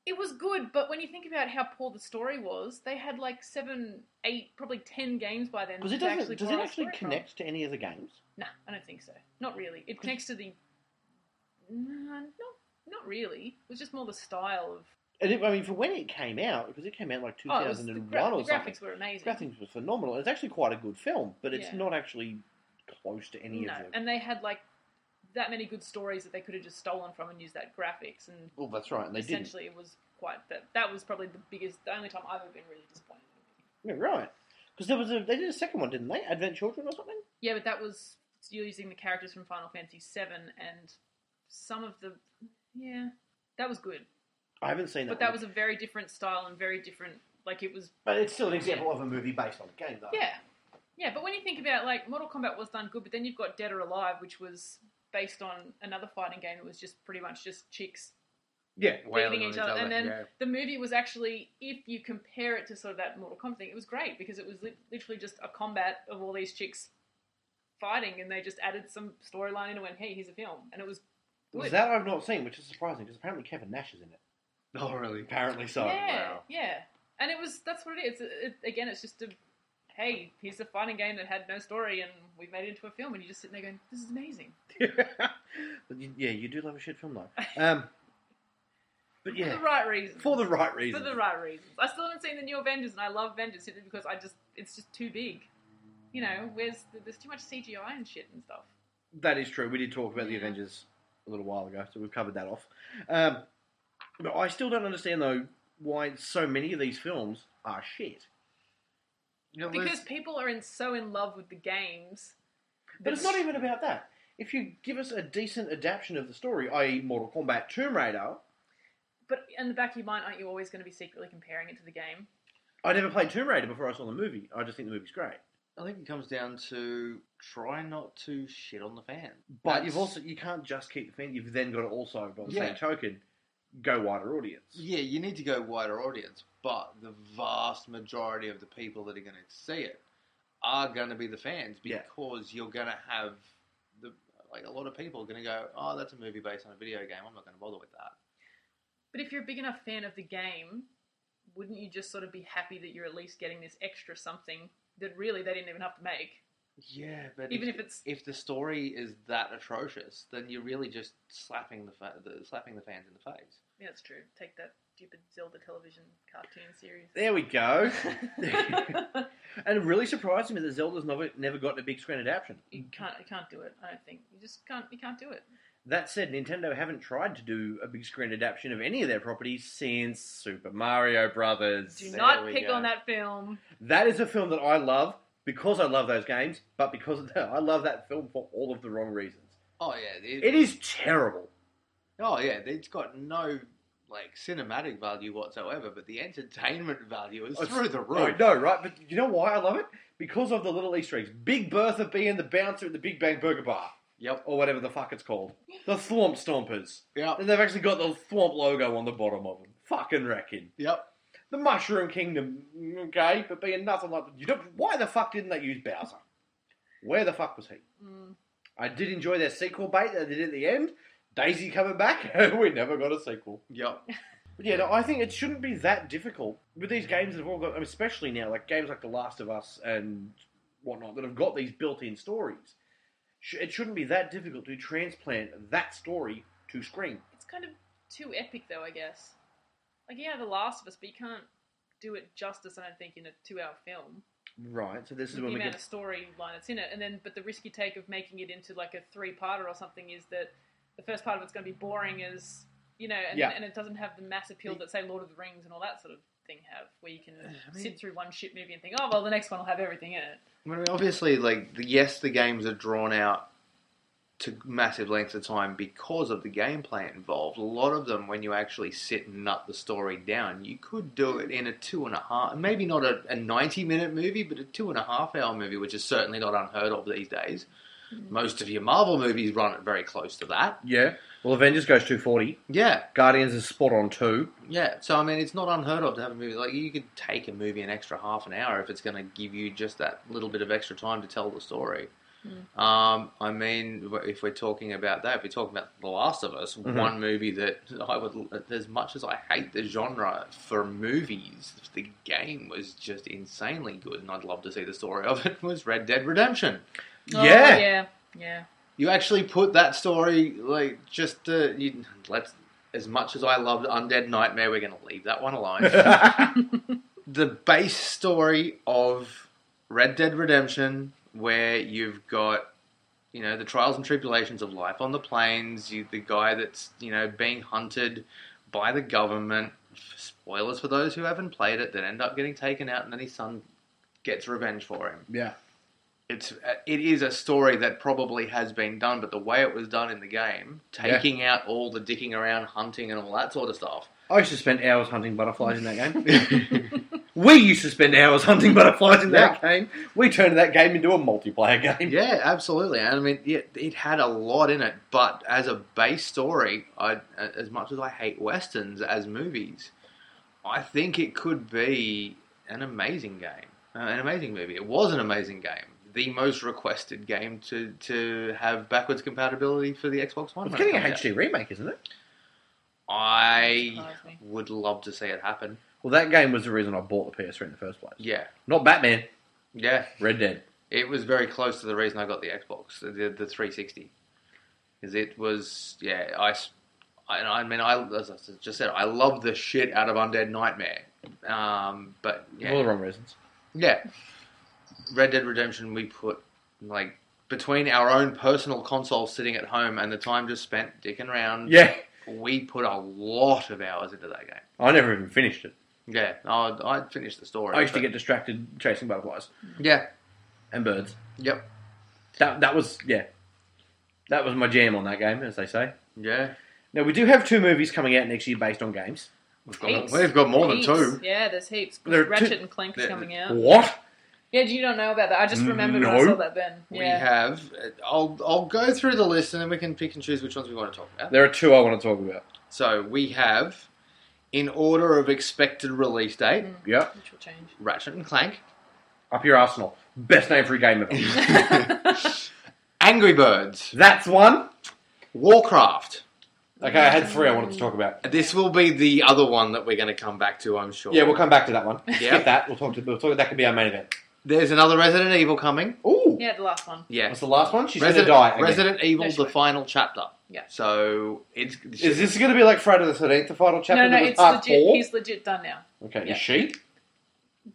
Speaker 4: it was good, but when you think about how poor the story was, they had like seven, eight, probably ten games by then.
Speaker 1: Because it
Speaker 4: to
Speaker 1: doesn't.
Speaker 4: actually
Speaker 1: does
Speaker 4: borrow
Speaker 1: it
Speaker 4: a
Speaker 1: actually
Speaker 4: story from.
Speaker 1: connect to any of the games?
Speaker 4: Nah, I don't think so. Not really. It connects to the. Nah, not, not really. It was just more the style of.
Speaker 1: And it, I mean, for when it came out, because it came out like two
Speaker 4: Oh, it was
Speaker 1: thousand
Speaker 4: the,
Speaker 1: and
Speaker 4: gra-
Speaker 1: one
Speaker 4: the
Speaker 1: or something.
Speaker 4: graphics were amazing.
Speaker 1: Graphics was phenomenal. It's actually quite a good film, but it's
Speaker 4: Yeah.
Speaker 1: not actually close to any
Speaker 4: no,
Speaker 1: of the.
Speaker 4: and they had like that many good stories that they could have just stolen from and used that graphics, and
Speaker 1: Well, Oh, that's right, and they didn't.
Speaker 4: essentially it was quite that. That was probably the biggest, the only time I've ever been really disappointed. in a movie.
Speaker 1: Yeah, right. Because there was a they did a second one, didn't they? Advent Children or something.
Speaker 4: Yeah, but that was using the characters from Final Fantasy Seven and some of the. Yeah, that was good,
Speaker 1: I haven't seen that.
Speaker 4: but that
Speaker 1: one.
Speaker 4: was a very different style and very different. Like it was
Speaker 1: But it's still an example of a movie based on a game, though.
Speaker 4: Yeah. Yeah, but when you think about like Mortal Kombat was done good, but then you've got Dead or Alive, which was based on another fighting game that was just pretty much just chicks
Speaker 1: Yeah.
Speaker 3: Wailing
Speaker 4: beating
Speaker 3: on
Speaker 4: each other. And then
Speaker 3: yeah.
Speaker 4: the movie was actually, if you compare it to sort of that Mortal Kombat thing, it was great because it was li- literally just a combat of all these chicks fighting, and they just added some storyline in and went, "Hey, here's a film," and it was good.
Speaker 1: Was that I've not seen, which is surprising because apparently Kevin Nash is in it.
Speaker 3: Oh, really?
Speaker 1: Apparently so.
Speaker 4: yeah,
Speaker 3: wow.
Speaker 4: yeah, and it was that's what it is. It, it- again, it's just a hey, here's a fighting game that had no story, and we made it into a film, and you just sit there going, "This is amazing."
Speaker 1: but you, yeah, you do love a shit film though. Um, but
Speaker 4: For
Speaker 1: yeah,
Speaker 4: the right reasons.
Speaker 1: for the right reason.
Speaker 4: For the right reasons. I still haven't seen the new Avengers, and I love Avengers simply because I just it's just too big. You know, where's there's too much CGI and shit and stuff.
Speaker 1: That is true. We did talk about the
Speaker 4: Yeah.
Speaker 1: Avengers a little while ago, so we've covered that off. Um, but I still don't understand though why so many of these films are shit.
Speaker 3: You know,
Speaker 4: because
Speaker 3: Liz-
Speaker 4: people are in, so in love with the games.
Speaker 1: But it's not even about that. If you give us a decent adaptation of the story, i.e., Mortal Kombat, Tomb Raider.
Speaker 4: But in the back of your mind, aren't you always going to be secretly comparing it to the game?
Speaker 1: I never played Tomb Raider before I saw the movie. I just think the movie's great.
Speaker 3: I think it comes down to try not to shit on the fan.
Speaker 1: But
Speaker 3: That's-
Speaker 1: you've also you can't just keep the fan. You've then got to also, by the
Speaker 3: Yeah.
Speaker 1: same token, go wider audience.
Speaker 3: yeah, you need to go wider audience, but the vast majority of the people that are going to see it are going to be the fans
Speaker 1: Yeah.
Speaker 3: because you're going to have the like a lot of people are going to go, oh, that's a movie based on a video game. I'm not going to bother with that.
Speaker 4: But if you're a big enough fan of the game, wouldn't you just sort of be happy that you're at least getting this extra something that really they didn't even have to make?
Speaker 3: Yeah, but
Speaker 4: Even if it's-
Speaker 3: if the story is that atrocious, then you're really just slapping the, fa- the slapping the fans in the face.
Speaker 4: Yeah, that's true. Take that stupid Zelda television cartoon series.
Speaker 1: There we go. and it really surprised me that Zelda's never never gotten a big screen adaptation.
Speaker 4: you can't, you can't do it. I don't think you just can't. You can't do it.
Speaker 1: That said, Nintendo haven't tried to do a big screen adaptation of any of their properties since Super Mario Brothers.
Speaker 4: Do
Speaker 3: There
Speaker 4: not
Speaker 3: we
Speaker 4: pick
Speaker 3: go.
Speaker 4: on that film.
Speaker 1: That is a film that I love because I love those games, but because of that, I love that film for all of the wrong reasons.
Speaker 3: Oh yeah,
Speaker 1: It is terrible.
Speaker 3: Oh yeah, it's got no like cinematic value whatsoever, but the entertainment value is
Speaker 1: Oh,
Speaker 3: through the
Speaker 1: Right,
Speaker 3: roof.
Speaker 1: no, right, but you know why I love it? Because of the little Easter eggs. Big Bertha being the bouncer at the Big Bang Burger Bar,
Speaker 3: Yep,
Speaker 1: or whatever the fuck it's called. The Swamp Stompers.
Speaker 3: yep,
Speaker 1: And they've actually got the Swamp logo on the bottom of them. Fucking reckon.
Speaker 3: yep.
Speaker 1: The Mushroom Kingdom, okay, but being nothing like you don't, why the fuck didn't they use Bowser? Where the fuck was he?
Speaker 4: Mm.
Speaker 1: I did enjoy their sequel bait that they did at the end. Daisy coming back, we never got a sequel.
Speaker 3: Yep.
Speaker 1: But yeah, no, I think it shouldn't be that difficult with these games that have all got, I mean, especially now, like games like The Last of Us and whatnot that have got these built-in stories. Sh- It shouldn't be that difficult to transplant that story to screen.
Speaker 4: It's kind of too epic, though. I guess. Like yeah, The Last of Us, but you can't do it justice. I don't think in a two-hour film.
Speaker 1: Right. So this is
Speaker 4: the
Speaker 1: when we
Speaker 4: amount
Speaker 1: get
Speaker 4: of storyline that's in it, and then but the risk you take of making it into like a three-parter or something is that the first part of it's going to be boring as you know, and,
Speaker 1: Yeah.
Speaker 4: and it doesn't have the mass appeal that say Lord of the Rings and all that sort of thing have, where you can sit through one shit movie and think, oh well, the next one will have everything in it.
Speaker 3: I mean, obviously, like the, yes, the games are drawn out to massive lengths of time because of the gameplay involved. A lot of them, when you actually sit and nut the story down, you could do it in a two and a half, maybe not a, a ninety-minute movie, but a two and a half hour movie, which is certainly not unheard of these days. Most of your Marvel movies run it very close to that.
Speaker 1: yeah. Well, Avengers goes 240.
Speaker 3: Yeah,
Speaker 1: Guardians is spot on two.
Speaker 3: yeah. So I mean, it's not unheard of to have a movie like you could take a movie an extra half an hour if it's going to give you just that little bit of extra time to tell the story. Um, I mean, w- if we're talking about that, if we're talking about The Last of Us, one movie that I would, as much as I hate the genre for movies, the game was just insanely good, and I'd love to see the story of it. Was Red Dead Redemption?
Speaker 1: yeah.
Speaker 4: oh, yeah, yeah.
Speaker 3: You actually put that story like just uh, you, let's. As much as I loved Undead Nightmare, we're going to leave that one alone. the base story of Red Dead Redemption, where you've got you know the trials and tribulations of life on the plains, you the guy that's you know being hunted by the government. Spoilers for those who haven't played it that end up getting taken out, and then his son gets revenge for him
Speaker 1: yeah.
Speaker 3: it's uh, it is a story that probably has been done, but the way it was done in the game,
Speaker 1: Yeah.
Speaker 3: taking out all the dicking around, hunting, and all that sort of stuff.
Speaker 1: I used to spend hours hunting butterflies in that game. we used to spend hours hunting butterflies in that game. We turned that game into a multiplayer game.
Speaker 3: Yeah, absolutely. And I mean, yeah, it had a lot in it, but as a base story, I, as much as I hate westerns as movies, I think it could be an amazing game, uh, an amazing movie. It was an amazing game. The most requested game to, to have backwards compatibility for the Xbox One.
Speaker 1: It's
Speaker 3: when it
Speaker 1: getting a
Speaker 3: comes out.
Speaker 1: HD remake, isn't it?
Speaker 3: I
Speaker 4: Surprised me.
Speaker 3: would love to see it happen.
Speaker 1: Well, that game was the reason I bought the PS3 in the first place.
Speaker 3: Yeah,
Speaker 1: Not Batman,
Speaker 3: yeah.
Speaker 1: Red Dead.
Speaker 3: It was very close to the reason I got the Xbox, the, the 360, because it was yeah. I, s- I- I mean I as I just said I love the shit out of Undead Nightmare, um, but yeah,
Speaker 1: All the wrong reasons.
Speaker 3: yeah. Red Dead Redemption we put like between our own personal console sitting at home and the time just spent dicking around.
Speaker 1: Yeah.
Speaker 3: we put a lot of hours into that game.
Speaker 1: I never even finished it.
Speaker 3: Yeah, I'd, I'd finish the story.
Speaker 1: I used to
Speaker 3: but-
Speaker 1: get distracted chasing butterflies
Speaker 3: Yeah,
Speaker 1: and birds.
Speaker 3: yep,
Speaker 1: That that was yeah, that was my jam on that game, as they say.
Speaker 3: yeah.
Speaker 1: Now we do have two movies coming out next year based on games.
Speaker 3: We've
Speaker 4: Heaps.
Speaker 3: got, we've got more
Speaker 4: Heaps.
Speaker 3: than two.
Speaker 4: Yeah, there's heaps.
Speaker 1: There are two-
Speaker 4: Ratchet and Clank's
Speaker 3: there- Mm,
Speaker 4: coming out.
Speaker 1: What?
Speaker 4: Yeah, do you not know about that? I just remembered when I
Speaker 1: No.
Speaker 4: saw that then. Yeah.
Speaker 3: We have. I'll I'll go through the list and then we can pick and choose which ones we want to talk about.
Speaker 1: There are two I want to talk about.
Speaker 3: So we have, in order of expected release date,
Speaker 4: Mm,
Speaker 1: Yeah,
Speaker 4: Which will
Speaker 3: Ratchet and Clank,
Speaker 1: up your arsenal. Best name for a game ever.
Speaker 4: change.
Speaker 3: Angry Birds,
Speaker 1: That's one.
Speaker 3: Warcraft.
Speaker 1: Okay, I had three I wanted to talk about.
Speaker 3: This will be the other one that we're going to come back to, I'm sure.
Speaker 1: Yeah, we'll come back to that one.
Speaker 3: Yeah.
Speaker 1: Skip that. We'll talk to. We'll talk. That could be our main event.
Speaker 3: There's another Resident Evil coming.
Speaker 1: Ooh.
Speaker 4: yeah, the last one.
Speaker 3: Yeah.
Speaker 1: What's the last one? She's
Speaker 3: Resident,
Speaker 1: gonna die. Again.
Speaker 3: Resident Evil,
Speaker 4: No, she
Speaker 3: the
Speaker 4: won't.
Speaker 3: final chapter.
Speaker 4: Yeah.
Speaker 3: So it's
Speaker 1: Is this gonna be like Friday the Thirteenth, the final chapter?
Speaker 4: no,
Speaker 1: that
Speaker 4: no,
Speaker 1: was
Speaker 4: it's
Speaker 1: part
Speaker 4: legit.
Speaker 1: four?
Speaker 4: He's legit done now.
Speaker 1: Okay,
Speaker 4: yeah.
Speaker 1: is she?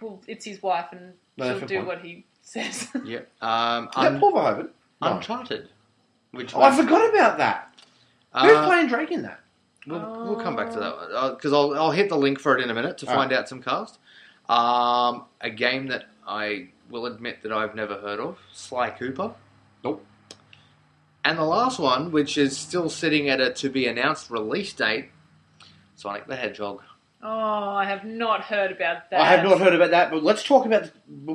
Speaker 4: Well, it's his wife, and
Speaker 1: No, that's
Speaker 4: she'll
Speaker 1: her
Speaker 4: do
Speaker 1: point.
Speaker 4: what he says.
Speaker 3: yeah. Um,
Speaker 1: Is that
Speaker 3: Un-
Speaker 1: Paul Verhoeven? No.
Speaker 3: Uncharted. Which
Speaker 1: Oh, I
Speaker 3: one?
Speaker 1: forgot about that.
Speaker 3: Uh,
Speaker 1: Who's playing Drake in that?
Speaker 3: We'll, we'll come back to that one because I'll, I'll hit the link for it in a minute to
Speaker 1: All
Speaker 3: find out some cast. Um, a game that I will admit that I've never heard of, Sly Cooper.
Speaker 1: Nope.
Speaker 3: And the last one, which is still sitting at a to be announced release date, Sonic the Hedgehog.
Speaker 4: oh, I have not heard about that.
Speaker 1: I have not heard about that, but let's talk about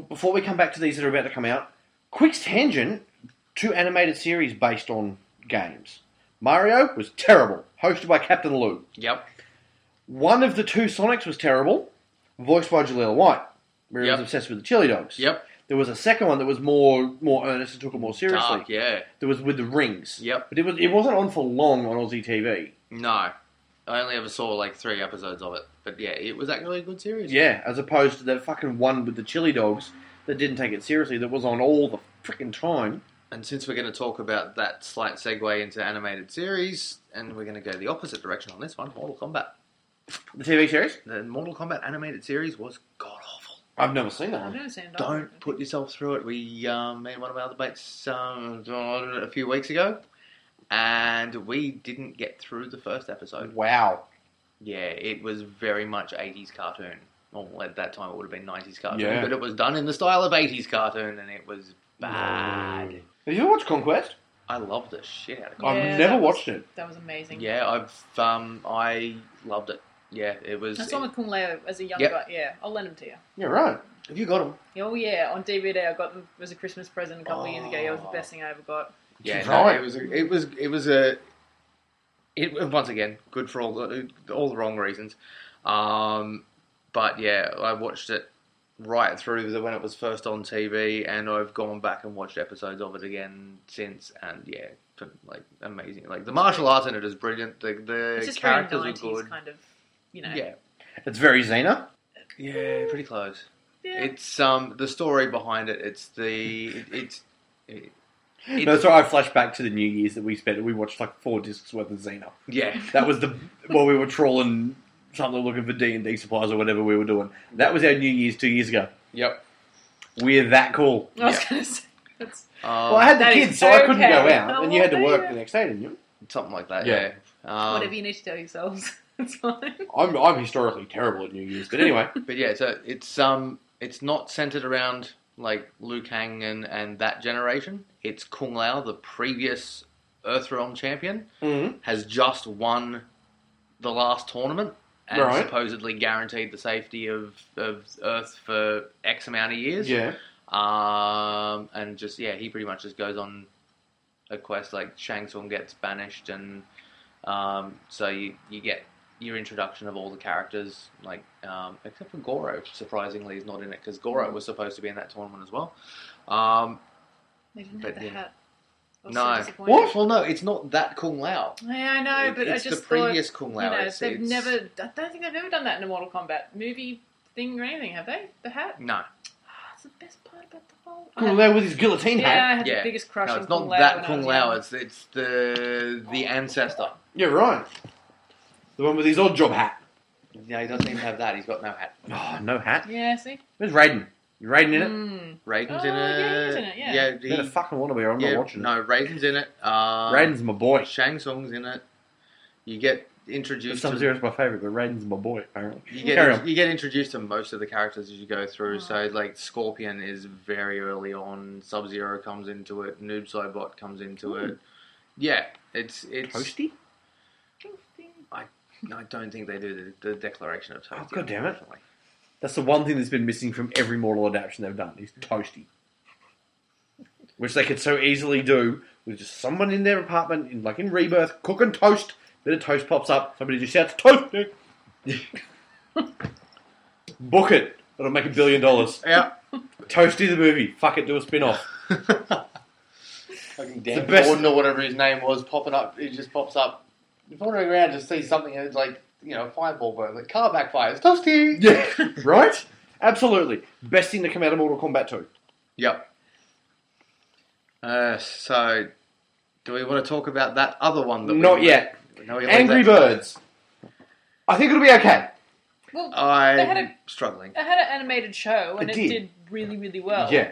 Speaker 1: before we come back to these that are about to come out. Quick's Tangent, two animated series based on games. Mario was terrible, hosted by Captain Lou.
Speaker 3: Yep.
Speaker 1: One of the two Sonics was terrible, voiced by Jaleel White. where he
Speaker 3: Yep.
Speaker 1: was obsessed with the chili dogs.
Speaker 3: Yep.
Speaker 1: There was a second one that was more more earnest and took it more seriously.
Speaker 3: Dark, yeah.
Speaker 1: There was with the rings.
Speaker 3: Yep.
Speaker 1: But it was it wasn't on for long on Aussie TV.
Speaker 3: No. I only ever saw like three episodes of it. But yeah, it was actually a good series.
Speaker 1: Yeah, as opposed to that fucking one with the chili dogs that didn't take it seriously, that was on all the freaking time.
Speaker 3: And since we're going to talk about that slight segue into animated series, and we're going to go the opposite direction on this one, Mortal Kombat.
Speaker 1: The TV series?
Speaker 3: The Mortal Kombat animated series was god awful.
Speaker 1: I've never seen that
Speaker 4: I've
Speaker 1: one.
Speaker 4: never seen it.
Speaker 3: Don't put yourself through it. We um, made one of our debates um, a few weeks ago, and we didn't get through the first episode.
Speaker 1: Wow.
Speaker 3: Yeah, it was very much 80s cartoon. Well, at that time it would have been 90s cartoon,
Speaker 1: Yeah.
Speaker 3: but it was done in the style of 80s cartoon, and it was bad.
Speaker 1: Have you ever watched Conquest?
Speaker 3: I love the shit out of
Speaker 4: Yeah,
Speaker 1: I've never
Speaker 4: that was-
Speaker 1: watched it.
Speaker 4: That was amazing.
Speaker 3: Yeah, I've um, I loved it. Yeah, it was.
Speaker 4: That's one with Kung Leo as a young
Speaker 3: Yep.
Speaker 4: guy. Yeah, I'll lend them to you.
Speaker 1: Yeah, right.
Speaker 3: have you got them?
Speaker 4: Oh yeah, on DVD I got them as a Christmas present a couple of years ago. Yeah, it was
Speaker 3: Oh.
Speaker 4: the best thing I ever got.
Speaker 3: Yeah, no,
Speaker 1: Right.
Speaker 3: it was. A, it was. It was a. It once again good for all the all the wrong reasons, um, but yeah, I watched it right through the, when it was first on TV, and I've gone back and watched episodes of it again since, and yeah, f- like amazing. Like the martial arts in it is brilliant. The
Speaker 4: It's
Speaker 3: the
Speaker 4: just very
Speaker 3: characters are
Speaker 4: nineties
Speaker 3: good.
Speaker 4: kind of, you know.
Speaker 3: Yeah,
Speaker 1: It's very Xena.
Speaker 3: yeah, pretty close.
Speaker 4: Yeah.
Speaker 3: It's um the story behind it. It's the it, it's it,
Speaker 1: No, so I flash back to the New Year's that we spent. We watched like four discs worth of Xena.
Speaker 3: yeah.
Speaker 1: That was the while we were trawling something looking for D and D supplies or whatever we were doing. That was our New Year's two years ago.
Speaker 3: Yep.
Speaker 1: We're that cool.
Speaker 4: I was
Speaker 3: yeah.
Speaker 4: gonna say that's
Speaker 3: Um,
Speaker 1: Well, I had the
Speaker 4: That is
Speaker 1: kids, so I couldn't
Speaker 4: okay.
Speaker 1: go out, and you had to
Speaker 4: Oh,
Speaker 1: work
Speaker 4: yeah.
Speaker 1: the next day, didn't you?
Speaker 3: something like that. Yeah.
Speaker 1: Yeah.
Speaker 3: Um,
Speaker 4: whatever you need to tell yourselves. It's fine.
Speaker 1: I'm I'm historically terrible at New Year's, but anyway,
Speaker 3: But yeah, so it's um, it's not centered around like Liu Kang and, and that generation. It's Kung Lao, the previous Earthrealm champion,
Speaker 1: Mhm.
Speaker 3: has just won the last tournament and
Speaker 1: Right.
Speaker 3: supposedly guaranteed the safety of, of Earth for X amount of years.
Speaker 1: yeah,
Speaker 3: Um, and just yeah, he pretty much just goes on a quest. Like Shang Tsung gets banished, and um, so you you get your introduction of all the characters, like um, except for Goro. Surprisingly, is not in it because
Speaker 4: Mm.
Speaker 3: Goro was supposed to be in that tournament as well. Um,
Speaker 4: They didn't
Speaker 3: But
Speaker 4: have the
Speaker 3: yeah.
Speaker 4: hat. I was
Speaker 3: No.
Speaker 4: So disappointed.
Speaker 3: Well, no, it's not that Kung Lao.
Speaker 4: Yeah, I know,
Speaker 3: It-
Speaker 4: but
Speaker 3: it's
Speaker 4: I just
Speaker 3: the
Speaker 4: thought
Speaker 3: previous Kung Lao.
Speaker 4: you know
Speaker 3: it's,
Speaker 4: they've
Speaker 3: it's-
Speaker 4: never. I don't think they've ever done that in a Mortal Kombat movie thing or anything, have they? The hat.
Speaker 3: No,
Speaker 4: Ah, it's the best part about the whole. I
Speaker 1: cool
Speaker 4: had-
Speaker 1: there with his guillotine
Speaker 4: yeah,
Speaker 1: hat.
Speaker 4: I had
Speaker 3: Yeah.
Speaker 4: the biggest crush
Speaker 3: no,
Speaker 4: on
Speaker 3: it's
Speaker 4: Kung
Speaker 3: not
Speaker 4: Lao.
Speaker 3: that
Speaker 4: when I
Speaker 3: Kung
Speaker 4: was
Speaker 3: Lao.
Speaker 4: young.
Speaker 3: It's it's the the ancestor.
Speaker 1: Yeah, right. The one with his odd job hat.
Speaker 3: Yeah, he doesn't even have that. He's got no hat.
Speaker 1: Oh, no hat.
Speaker 4: Yeah, see.
Speaker 1: Where's Raiden? You Raiden in it?
Speaker 4: Mm.
Speaker 3: Raiden's
Speaker 4: Oh,
Speaker 3: in it.
Speaker 4: yeah, he is in it, yeah.
Speaker 3: he-
Speaker 1: Better fucking want to be. I'm
Speaker 3: yeah,
Speaker 1: not watching it.
Speaker 3: No, Raiden's in it. Um,
Speaker 1: Raiden's my boy.
Speaker 3: Shang Tsung's in it. You get introduced
Speaker 1: Sub
Speaker 3: to
Speaker 1: Zero's my favorite, but Raiden's my boy, apparently.
Speaker 3: you get
Speaker 1: Carry on.
Speaker 3: you get introduced to most of the characters as you go through.
Speaker 4: Oh.
Speaker 3: So like Scorpion is very early on. Sub Zero comes into it. Noob Saibot comes into it. Yeah, it's it's.
Speaker 7: Toasty?
Speaker 3: I don't think they do the, the Declaration of Toasty.
Speaker 1: Oh, God damn it.
Speaker 3: unfortunately.
Speaker 1: That's the one thing that's been missing from every Mortal adaptation they've done is Toasty, which they could so easily do with just someone in their apartment, in like in Rebirth, cooking toast. Bit of toast pops up. Somebody just shouts Toasty. Book it. It'll make a billion dollars.
Speaker 3: Yeah.
Speaker 1: Toasty the movie. Fuck it. Do a spin off.
Speaker 8: Fucking Dan
Speaker 1: The best-
Speaker 8: Gordon or whatever his name was popping up. It just pops up. You're wandering around to see something and it's like, you know, a fireball burn. The car backfires. Toasty!
Speaker 1: Yeah. right. Absolutely. Best thing to come out of Mortal Kombat 2.
Speaker 3: Yep. Uh, so, do we want to talk about that other one? That we-
Speaker 1: Not yet.
Speaker 3: No, we
Speaker 1: Angry
Speaker 3: left that-
Speaker 1: Birds. I think it'll be okay.
Speaker 4: Well,
Speaker 3: Oh.
Speaker 4: They had
Speaker 3: I'm
Speaker 4: a-
Speaker 3: struggling.
Speaker 4: it had an animated show and
Speaker 1: It
Speaker 4: it,
Speaker 1: did.
Speaker 4: did. really, really well.
Speaker 1: Yeah,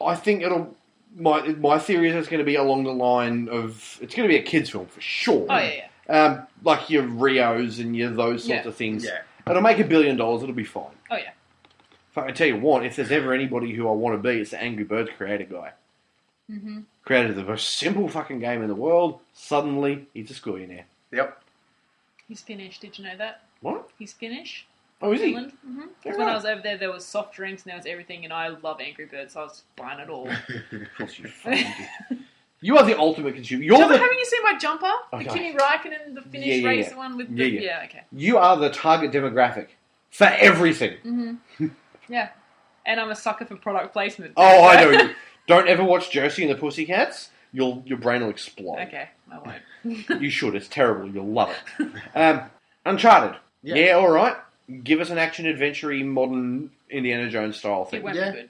Speaker 1: I think it'll. My my theory is it's going to be along the line of it's going to be a kids film for sure.
Speaker 4: Oh yeah, yeah.
Speaker 1: Um, like your Rios and your those sorts
Speaker 4: Yeah.
Speaker 1: of things.
Speaker 3: Yeah.
Speaker 1: It'll make a billion dollars. It'll be fine.
Speaker 4: Oh yeah.
Speaker 1: Fuck, I tell you what, if there's ever anybody who I want to be, it's the Angry Birds creator guy.
Speaker 4: Mm-hmm.
Speaker 1: Created the most simple fucking game in the world. Suddenly, he's a squillionaire.
Speaker 3: Yep.
Speaker 4: He's Finnish. Did you know that?
Speaker 1: What?
Speaker 4: He's Finnish.
Speaker 1: Oh, is he?
Speaker 4: Finland. hmm
Speaker 1: Yeah,
Speaker 4: When
Speaker 1: right.
Speaker 4: I was over there, there was soft drinks and there was everything, and I love Angry Birds, so I was buying it all.
Speaker 1: Of course you fucking do. You are the ultimate consumer. You're
Speaker 4: Jumper,
Speaker 1: the
Speaker 4: haven't you seen my jumper?
Speaker 1: Okay.
Speaker 4: The Kimi Raikkonen, the Finnish
Speaker 1: Yeah, yeah,
Speaker 4: race
Speaker 1: yeah.
Speaker 4: one with
Speaker 1: Yeah,
Speaker 4: the
Speaker 1: yeah.
Speaker 4: yeah, okay.
Speaker 1: you are the target demographic for everything.
Speaker 4: hmm yeah, and I'm a sucker for product placement.
Speaker 1: Oh, I know
Speaker 4: So-
Speaker 1: you. Don't ever watch Jersey and the Pussycats. You'll your brain will explode.
Speaker 4: okay, I won't.
Speaker 1: You should. It's terrible. You'll love it. Um, Uncharted. Yeah.
Speaker 3: Yeah.
Speaker 1: all right. Give us an action adventure modern Indiana Jones style
Speaker 4: It
Speaker 1: thing.
Speaker 4: won't
Speaker 3: Yeah.
Speaker 4: be good.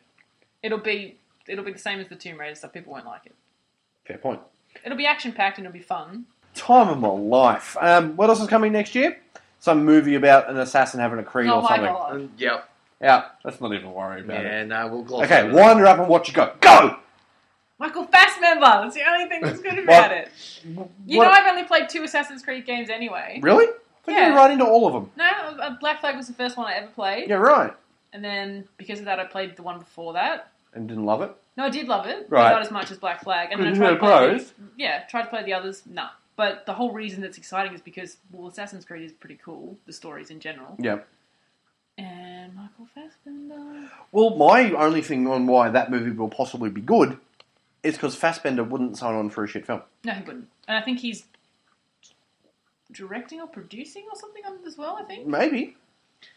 Speaker 4: It'll be it'll be the same as the Tomb Raider stuff. People won't like it.
Speaker 1: Fair point.
Speaker 4: It'll be action packed and it'll be fun.
Speaker 1: Time of my life. Um, what else is coming next year? Some movie about an assassin having a creed
Speaker 4: oh
Speaker 1: or
Speaker 4: my
Speaker 1: something.
Speaker 4: god!
Speaker 3: Um, yep.
Speaker 1: Yeah, let's not even worry about it.
Speaker 3: Yeah.
Speaker 8: uh,
Speaker 3: No, we'll gloss.
Speaker 1: Okay,
Speaker 3: over that.
Speaker 1: wind her up and watch you go. Go.
Speaker 4: Michael Fassbender. That's the only thing that's good
Speaker 1: What?
Speaker 4: about it. You
Speaker 1: What-
Speaker 4: know, I've only played two Assassin's Creed games anyway.
Speaker 1: really? I think
Speaker 4: Yeah.
Speaker 1: you're right into all of them.
Speaker 4: No, uh, Black Flag was the first one I ever played,
Speaker 1: Yeah, right.
Speaker 4: and then because of that, I played the one before that.
Speaker 1: And didn't love it.
Speaker 4: No, I did love it,
Speaker 1: Right.
Speaker 4: but not as much as Black Flag. And then I
Speaker 1: Good
Speaker 4: tried to
Speaker 1: Red
Speaker 4: play
Speaker 1: Rose.
Speaker 4: the, yeah, tried to play the others. Nah. But the whole reason that's exciting is because well, Assassin's Creed is pretty cool. The stories in general,
Speaker 1: Yeah.
Speaker 4: and Michael Fassbender.
Speaker 1: Well, my only thing on why that movie will possibly be good is because Fassbender wouldn't sign on for a shit film.
Speaker 4: No, he wouldn't. And I think he's directing or producing or something on it as well. I think.
Speaker 1: Maybe.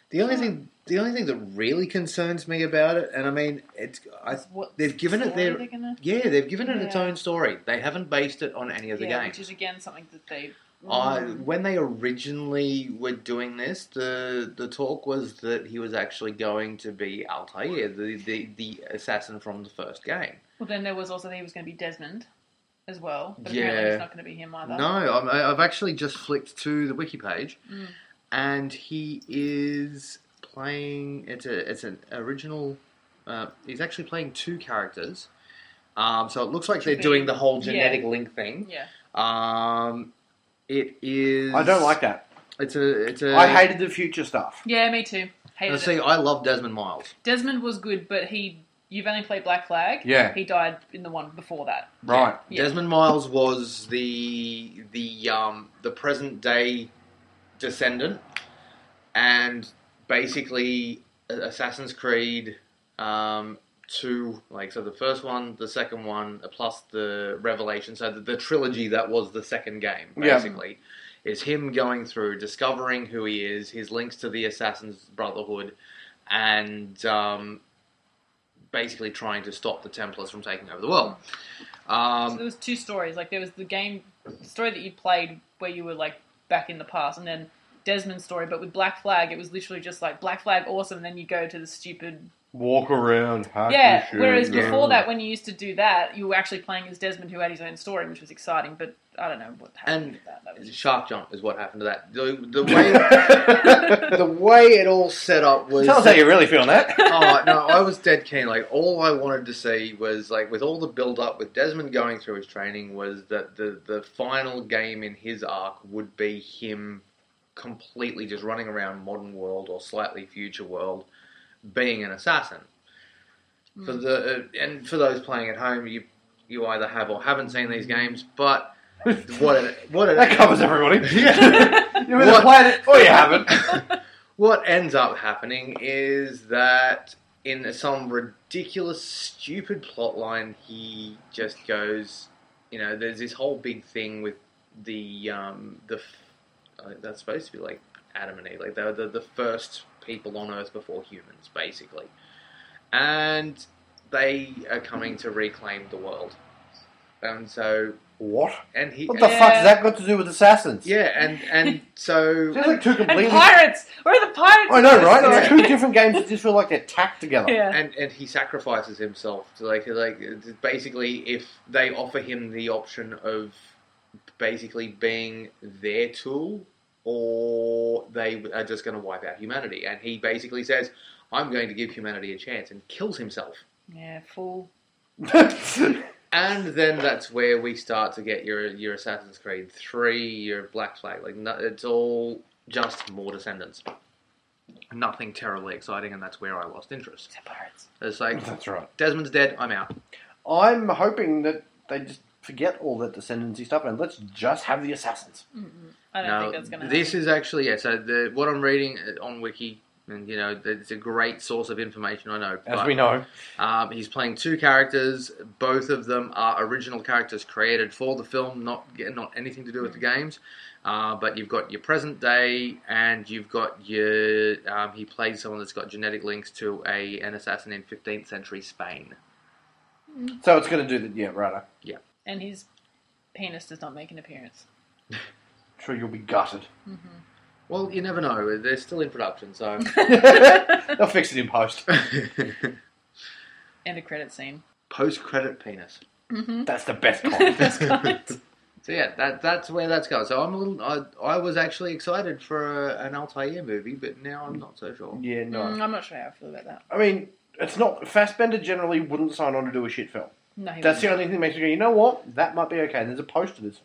Speaker 3: The only thing, the only thing that really concerns me about it, and I mean, it's I,
Speaker 4: What
Speaker 3: they've given it
Speaker 4: story
Speaker 3: their
Speaker 4: they're gonna-
Speaker 3: yeah, they've given it its
Speaker 4: Yeah.
Speaker 3: own story. They haven't based it on any of the
Speaker 4: yeah,
Speaker 3: games.
Speaker 4: which is again something that they.
Speaker 3: I,
Speaker 4: Mm.
Speaker 3: when they originally were doing this, the the talk was that he was actually going to be Altair, the the, the assassin from the first game.
Speaker 4: Well, then there was also that he was going to be Desmond, as well. But
Speaker 3: Yeah.
Speaker 4: apparently it's not going to be him either.
Speaker 3: No, I'm, I- I've actually just flicked to the wiki page,
Speaker 4: Mm.
Speaker 3: and he is playing. It's a it's an original. Uh, he's actually playing two characters, um, so it looks like they're
Speaker 4: Should be.
Speaker 3: doing the whole
Speaker 4: Yeah.
Speaker 3: genetic link thing.
Speaker 4: Yeah.
Speaker 3: Um, it is.
Speaker 1: I don't like that.
Speaker 3: It's a. It's a.
Speaker 1: I hated the future stuff.
Speaker 4: Yeah, me too. Hated
Speaker 3: And
Speaker 4: it.
Speaker 3: see, I love Desmond Miles.
Speaker 4: Desmond was good, but he you've only played Black Flag.
Speaker 1: Yeah.
Speaker 4: He died in the one before that.
Speaker 1: Right.
Speaker 4: Yeah.
Speaker 3: Desmond Miles was the the um, the present day descendant, and basically Assassin's Creed um, two, like so the first one, the second one, uh, plus the Revelation, so the, the trilogy that was the second game,
Speaker 1: Yeah.
Speaker 3: basically, is him going through discovering who he is, his links to the Assassin's Brotherhood, and um, basically trying to stop the Templars from taking over the world.
Speaker 4: so
Speaker 3: Um,
Speaker 4: there was two stories. Like there was the game story that you played where you were like back in the past, and then Desmond's story. But with Black Flag, it was literally just like Black Flag, awesome. And then you go to the stupid
Speaker 1: Walk around, hack
Speaker 4: yeah.
Speaker 1: your shit,
Speaker 4: Whereas
Speaker 1: yeah.
Speaker 4: before that, when you used to do that, you were actually playing as Desmond, who had his own story, which was exciting. But I don't know what happened
Speaker 3: And-
Speaker 4: with that. that was just-
Speaker 3: Shark jump is what happened to that. The, the way the way it all set up was.
Speaker 1: Tell us how you're really feeling that.
Speaker 3: oh no, I was dead keen. Like all I wanted to see was like with all the build up with Desmond going through his training was that the the final game in his arc would be him completely just running around modern world or slightly future world being an assassin. For the uh, and for those playing at home, you you either have or haven't seen these games, but what it, what it,
Speaker 1: That covers everybody. You're in the
Speaker 3: What?
Speaker 1: planet, or you haven't.
Speaker 3: what ends up happening is that in some ridiculous, stupid plot line, he just goes, you know, there's this whole big thing with the um, the f- uh, that's supposed to be like Adam and Eve, like they're the, the first people on Earth before humans, basically, and they are coming to reclaim the world, and so
Speaker 1: What?
Speaker 3: and he
Speaker 1: What the
Speaker 4: Yeah.
Speaker 1: fuck's that got to do with assassins?
Speaker 3: yeah, and and so
Speaker 1: Sounds like two
Speaker 4: and
Speaker 1: completely.
Speaker 4: pirates. Where are the pirates?
Speaker 1: I know, right?
Speaker 3: Yeah.
Speaker 1: Like two different games that just feel like they're tacked together.
Speaker 4: Yeah.
Speaker 3: and and he sacrifices himself to like like basically if they offer him the option of basically being their tool or they are just going to wipe out humanity and he basically says i'm going to give humanity a chance and kills himself
Speaker 4: Yeah. Fool.
Speaker 3: and then that's where we start to get your your assassin's creed 3 your black flag like no, it's all just more descendants nothing terribly exciting and that's where i lost interest
Speaker 4: They're pirates.
Speaker 3: it's like
Speaker 1: That's right.
Speaker 3: desmond's dead i'm out
Speaker 1: I'm hoping that they just forget all that descendancy stuff and let's just have the assassins.
Speaker 4: I don't
Speaker 3: No,
Speaker 4: think that's going to.
Speaker 3: This is actually yeah. So the, what I'm reading uh, on Wiki, and you know, it's a great source of information. I know.
Speaker 1: As
Speaker 3: but,
Speaker 1: we know,
Speaker 3: um, he's playing two characters. Both of them are original characters created for the film, not not anything to do with the
Speaker 4: Mm-hmm.
Speaker 3: games. Uh, but you've got your present day, and you've got your. Um, he plays someone that's got genetic links to a an assassin in 15th century Spain.
Speaker 1: so it's going to do that. Yeah, right. I'm
Speaker 4: And his penis does not make an appearance.
Speaker 1: sure you'll be gutted. Mm-hmm.
Speaker 3: Well, you never know. They're still in production, so.
Speaker 1: They'll fix it in post.
Speaker 4: End of credit scene.
Speaker 3: Post credit penis.
Speaker 4: Mm-hmm.
Speaker 1: That's the best comment.
Speaker 3: So yeah, that that's where that's going. So I'm a little. I, I was actually excited for a, an Altair movie, but now I'm not so sure.
Speaker 1: yeah, no.
Speaker 4: Mm, I'm not sure how I feel about that.
Speaker 1: I mean, it's not. Fassbender generally wouldn't sign on to do a shit film.
Speaker 4: No, he
Speaker 1: That's the
Speaker 4: wouldn't.
Speaker 1: only thing that makes me go, you know what? That might be okay. And there's a poster that's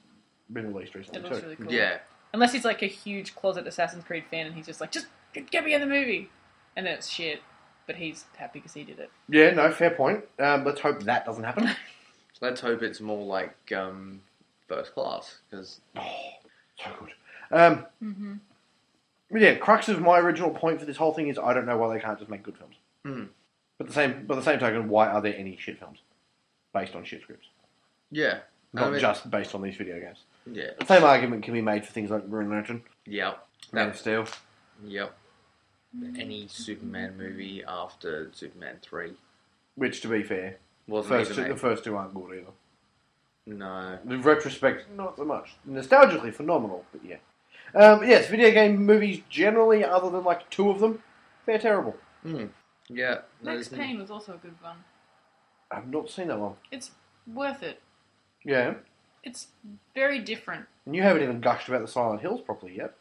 Speaker 1: been released recently,
Speaker 4: It
Speaker 1: too.
Speaker 4: looks really cool.
Speaker 3: Yeah,
Speaker 4: Unless he's like a huge closet Assassin's Creed fan and he's just like, just get get me in the movie. And then it's shit. But he's happy because he did it.
Speaker 1: Yeah, no, fair point. Um, let's hope that doesn't happen.
Speaker 3: let's hope it's more like um, First Class because
Speaker 1: Oh, so good. Um,
Speaker 4: Mm-hmm.
Speaker 1: but Yeah, crux of my original point for this whole thing is I don't know why they can't just make good films.
Speaker 3: Hmm.
Speaker 1: But the same, by the same token, why are there any shit films based on shit scripts,
Speaker 3: yeah,
Speaker 1: not
Speaker 3: I mean,
Speaker 1: just based on these video games?
Speaker 3: yeah,
Speaker 1: The same argument can be made for things like Green Lantern,
Speaker 3: yep,
Speaker 1: Man of
Speaker 3: that,
Speaker 1: Steel.
Speaker 3: yep. Any Superman movie after Superman three
Speaker 1: Which, to be fair, the
Speaker 3: wasn't
Speaker 1: first two,
Speaker 3: even
Speaker 1: the
Speaker 3: a-
Speaker 1: first two aren't good either.
Speaker 3: no.
Speaker 1: In retrospect, not so much. Nostalgically phenomenal, but yeah. Um, yes, video game movies generally, other than like two of them, they're terrible.
Speaker 3: Yeah, no,
Speaker 4: Max
Speaker 3: isn't-
Speaker 4: Payne was also a good one.
Speaker 1: I've not seen that one.
Speaker 4: It's worth it.
Speaker 1: Yeah,
Speaker 4: It's very different.
Speaker 1: and you haven't even gushed about the Silent Hills properly yet.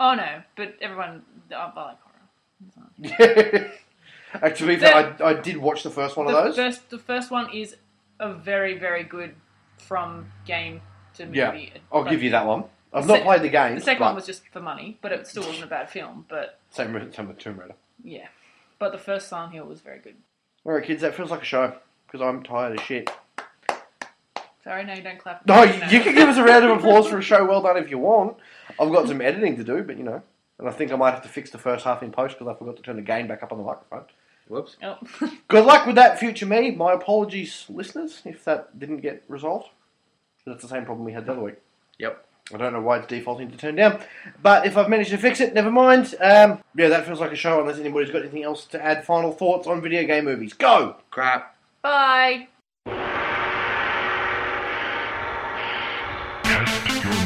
Speaker 4: Oh no, but everyone, I, I like horror. It's not-
Speaker 1: Actually, I, I did watch the first one of
Speaker 4: the
Speaker 1: those.
Speaker 4: first, the first one is a very, very good from game to movie.
Speaker 1: yeah, I'll
Speaker 4: Like,
Speaker 1: give you that one. I've
Speaker 4: The
Speaker 1: not
Speaker 4: se-
Speaker 1: played the game.
Speaker 4: The second
Speaker 1: but
Speaker 4: one was just for money, but it still wasn't a bad film. But
Speaker 1: same with, same with Tomb Raider.
Speaker 4: yeah, but the first Silent Hill was very good.
Speaker 1: All right, kids, that feels like a show because I'm tired as shit.
Speaker 4: Sorry, no, you don't clap.
Speaker 1: No, you, you can give us a round of applause for a show well done if you want. I've got some editing to do, but you know, and I think I might have to fix the first half in post because I forgot to turn the gain back up on the microphone.
Speaker 3: Whoops.
Speaker 4: Oh.
Speaker 1: Good luck with that, future me. My apologies, listeners, if that didn't get resolved. That's the same problem we had the other week.
Speaker 3: Yep.
Speaker 1: I don't know why it's defaulting to turn down, but if I've managed to fix it, never mind. Um, yeah, that feels like a show. Unless anybody's got anything else to add, final thoughts on video game movies. Go.
Speaker 3: Crap.
Speaker 4: Bye.
Speaker 9: Test your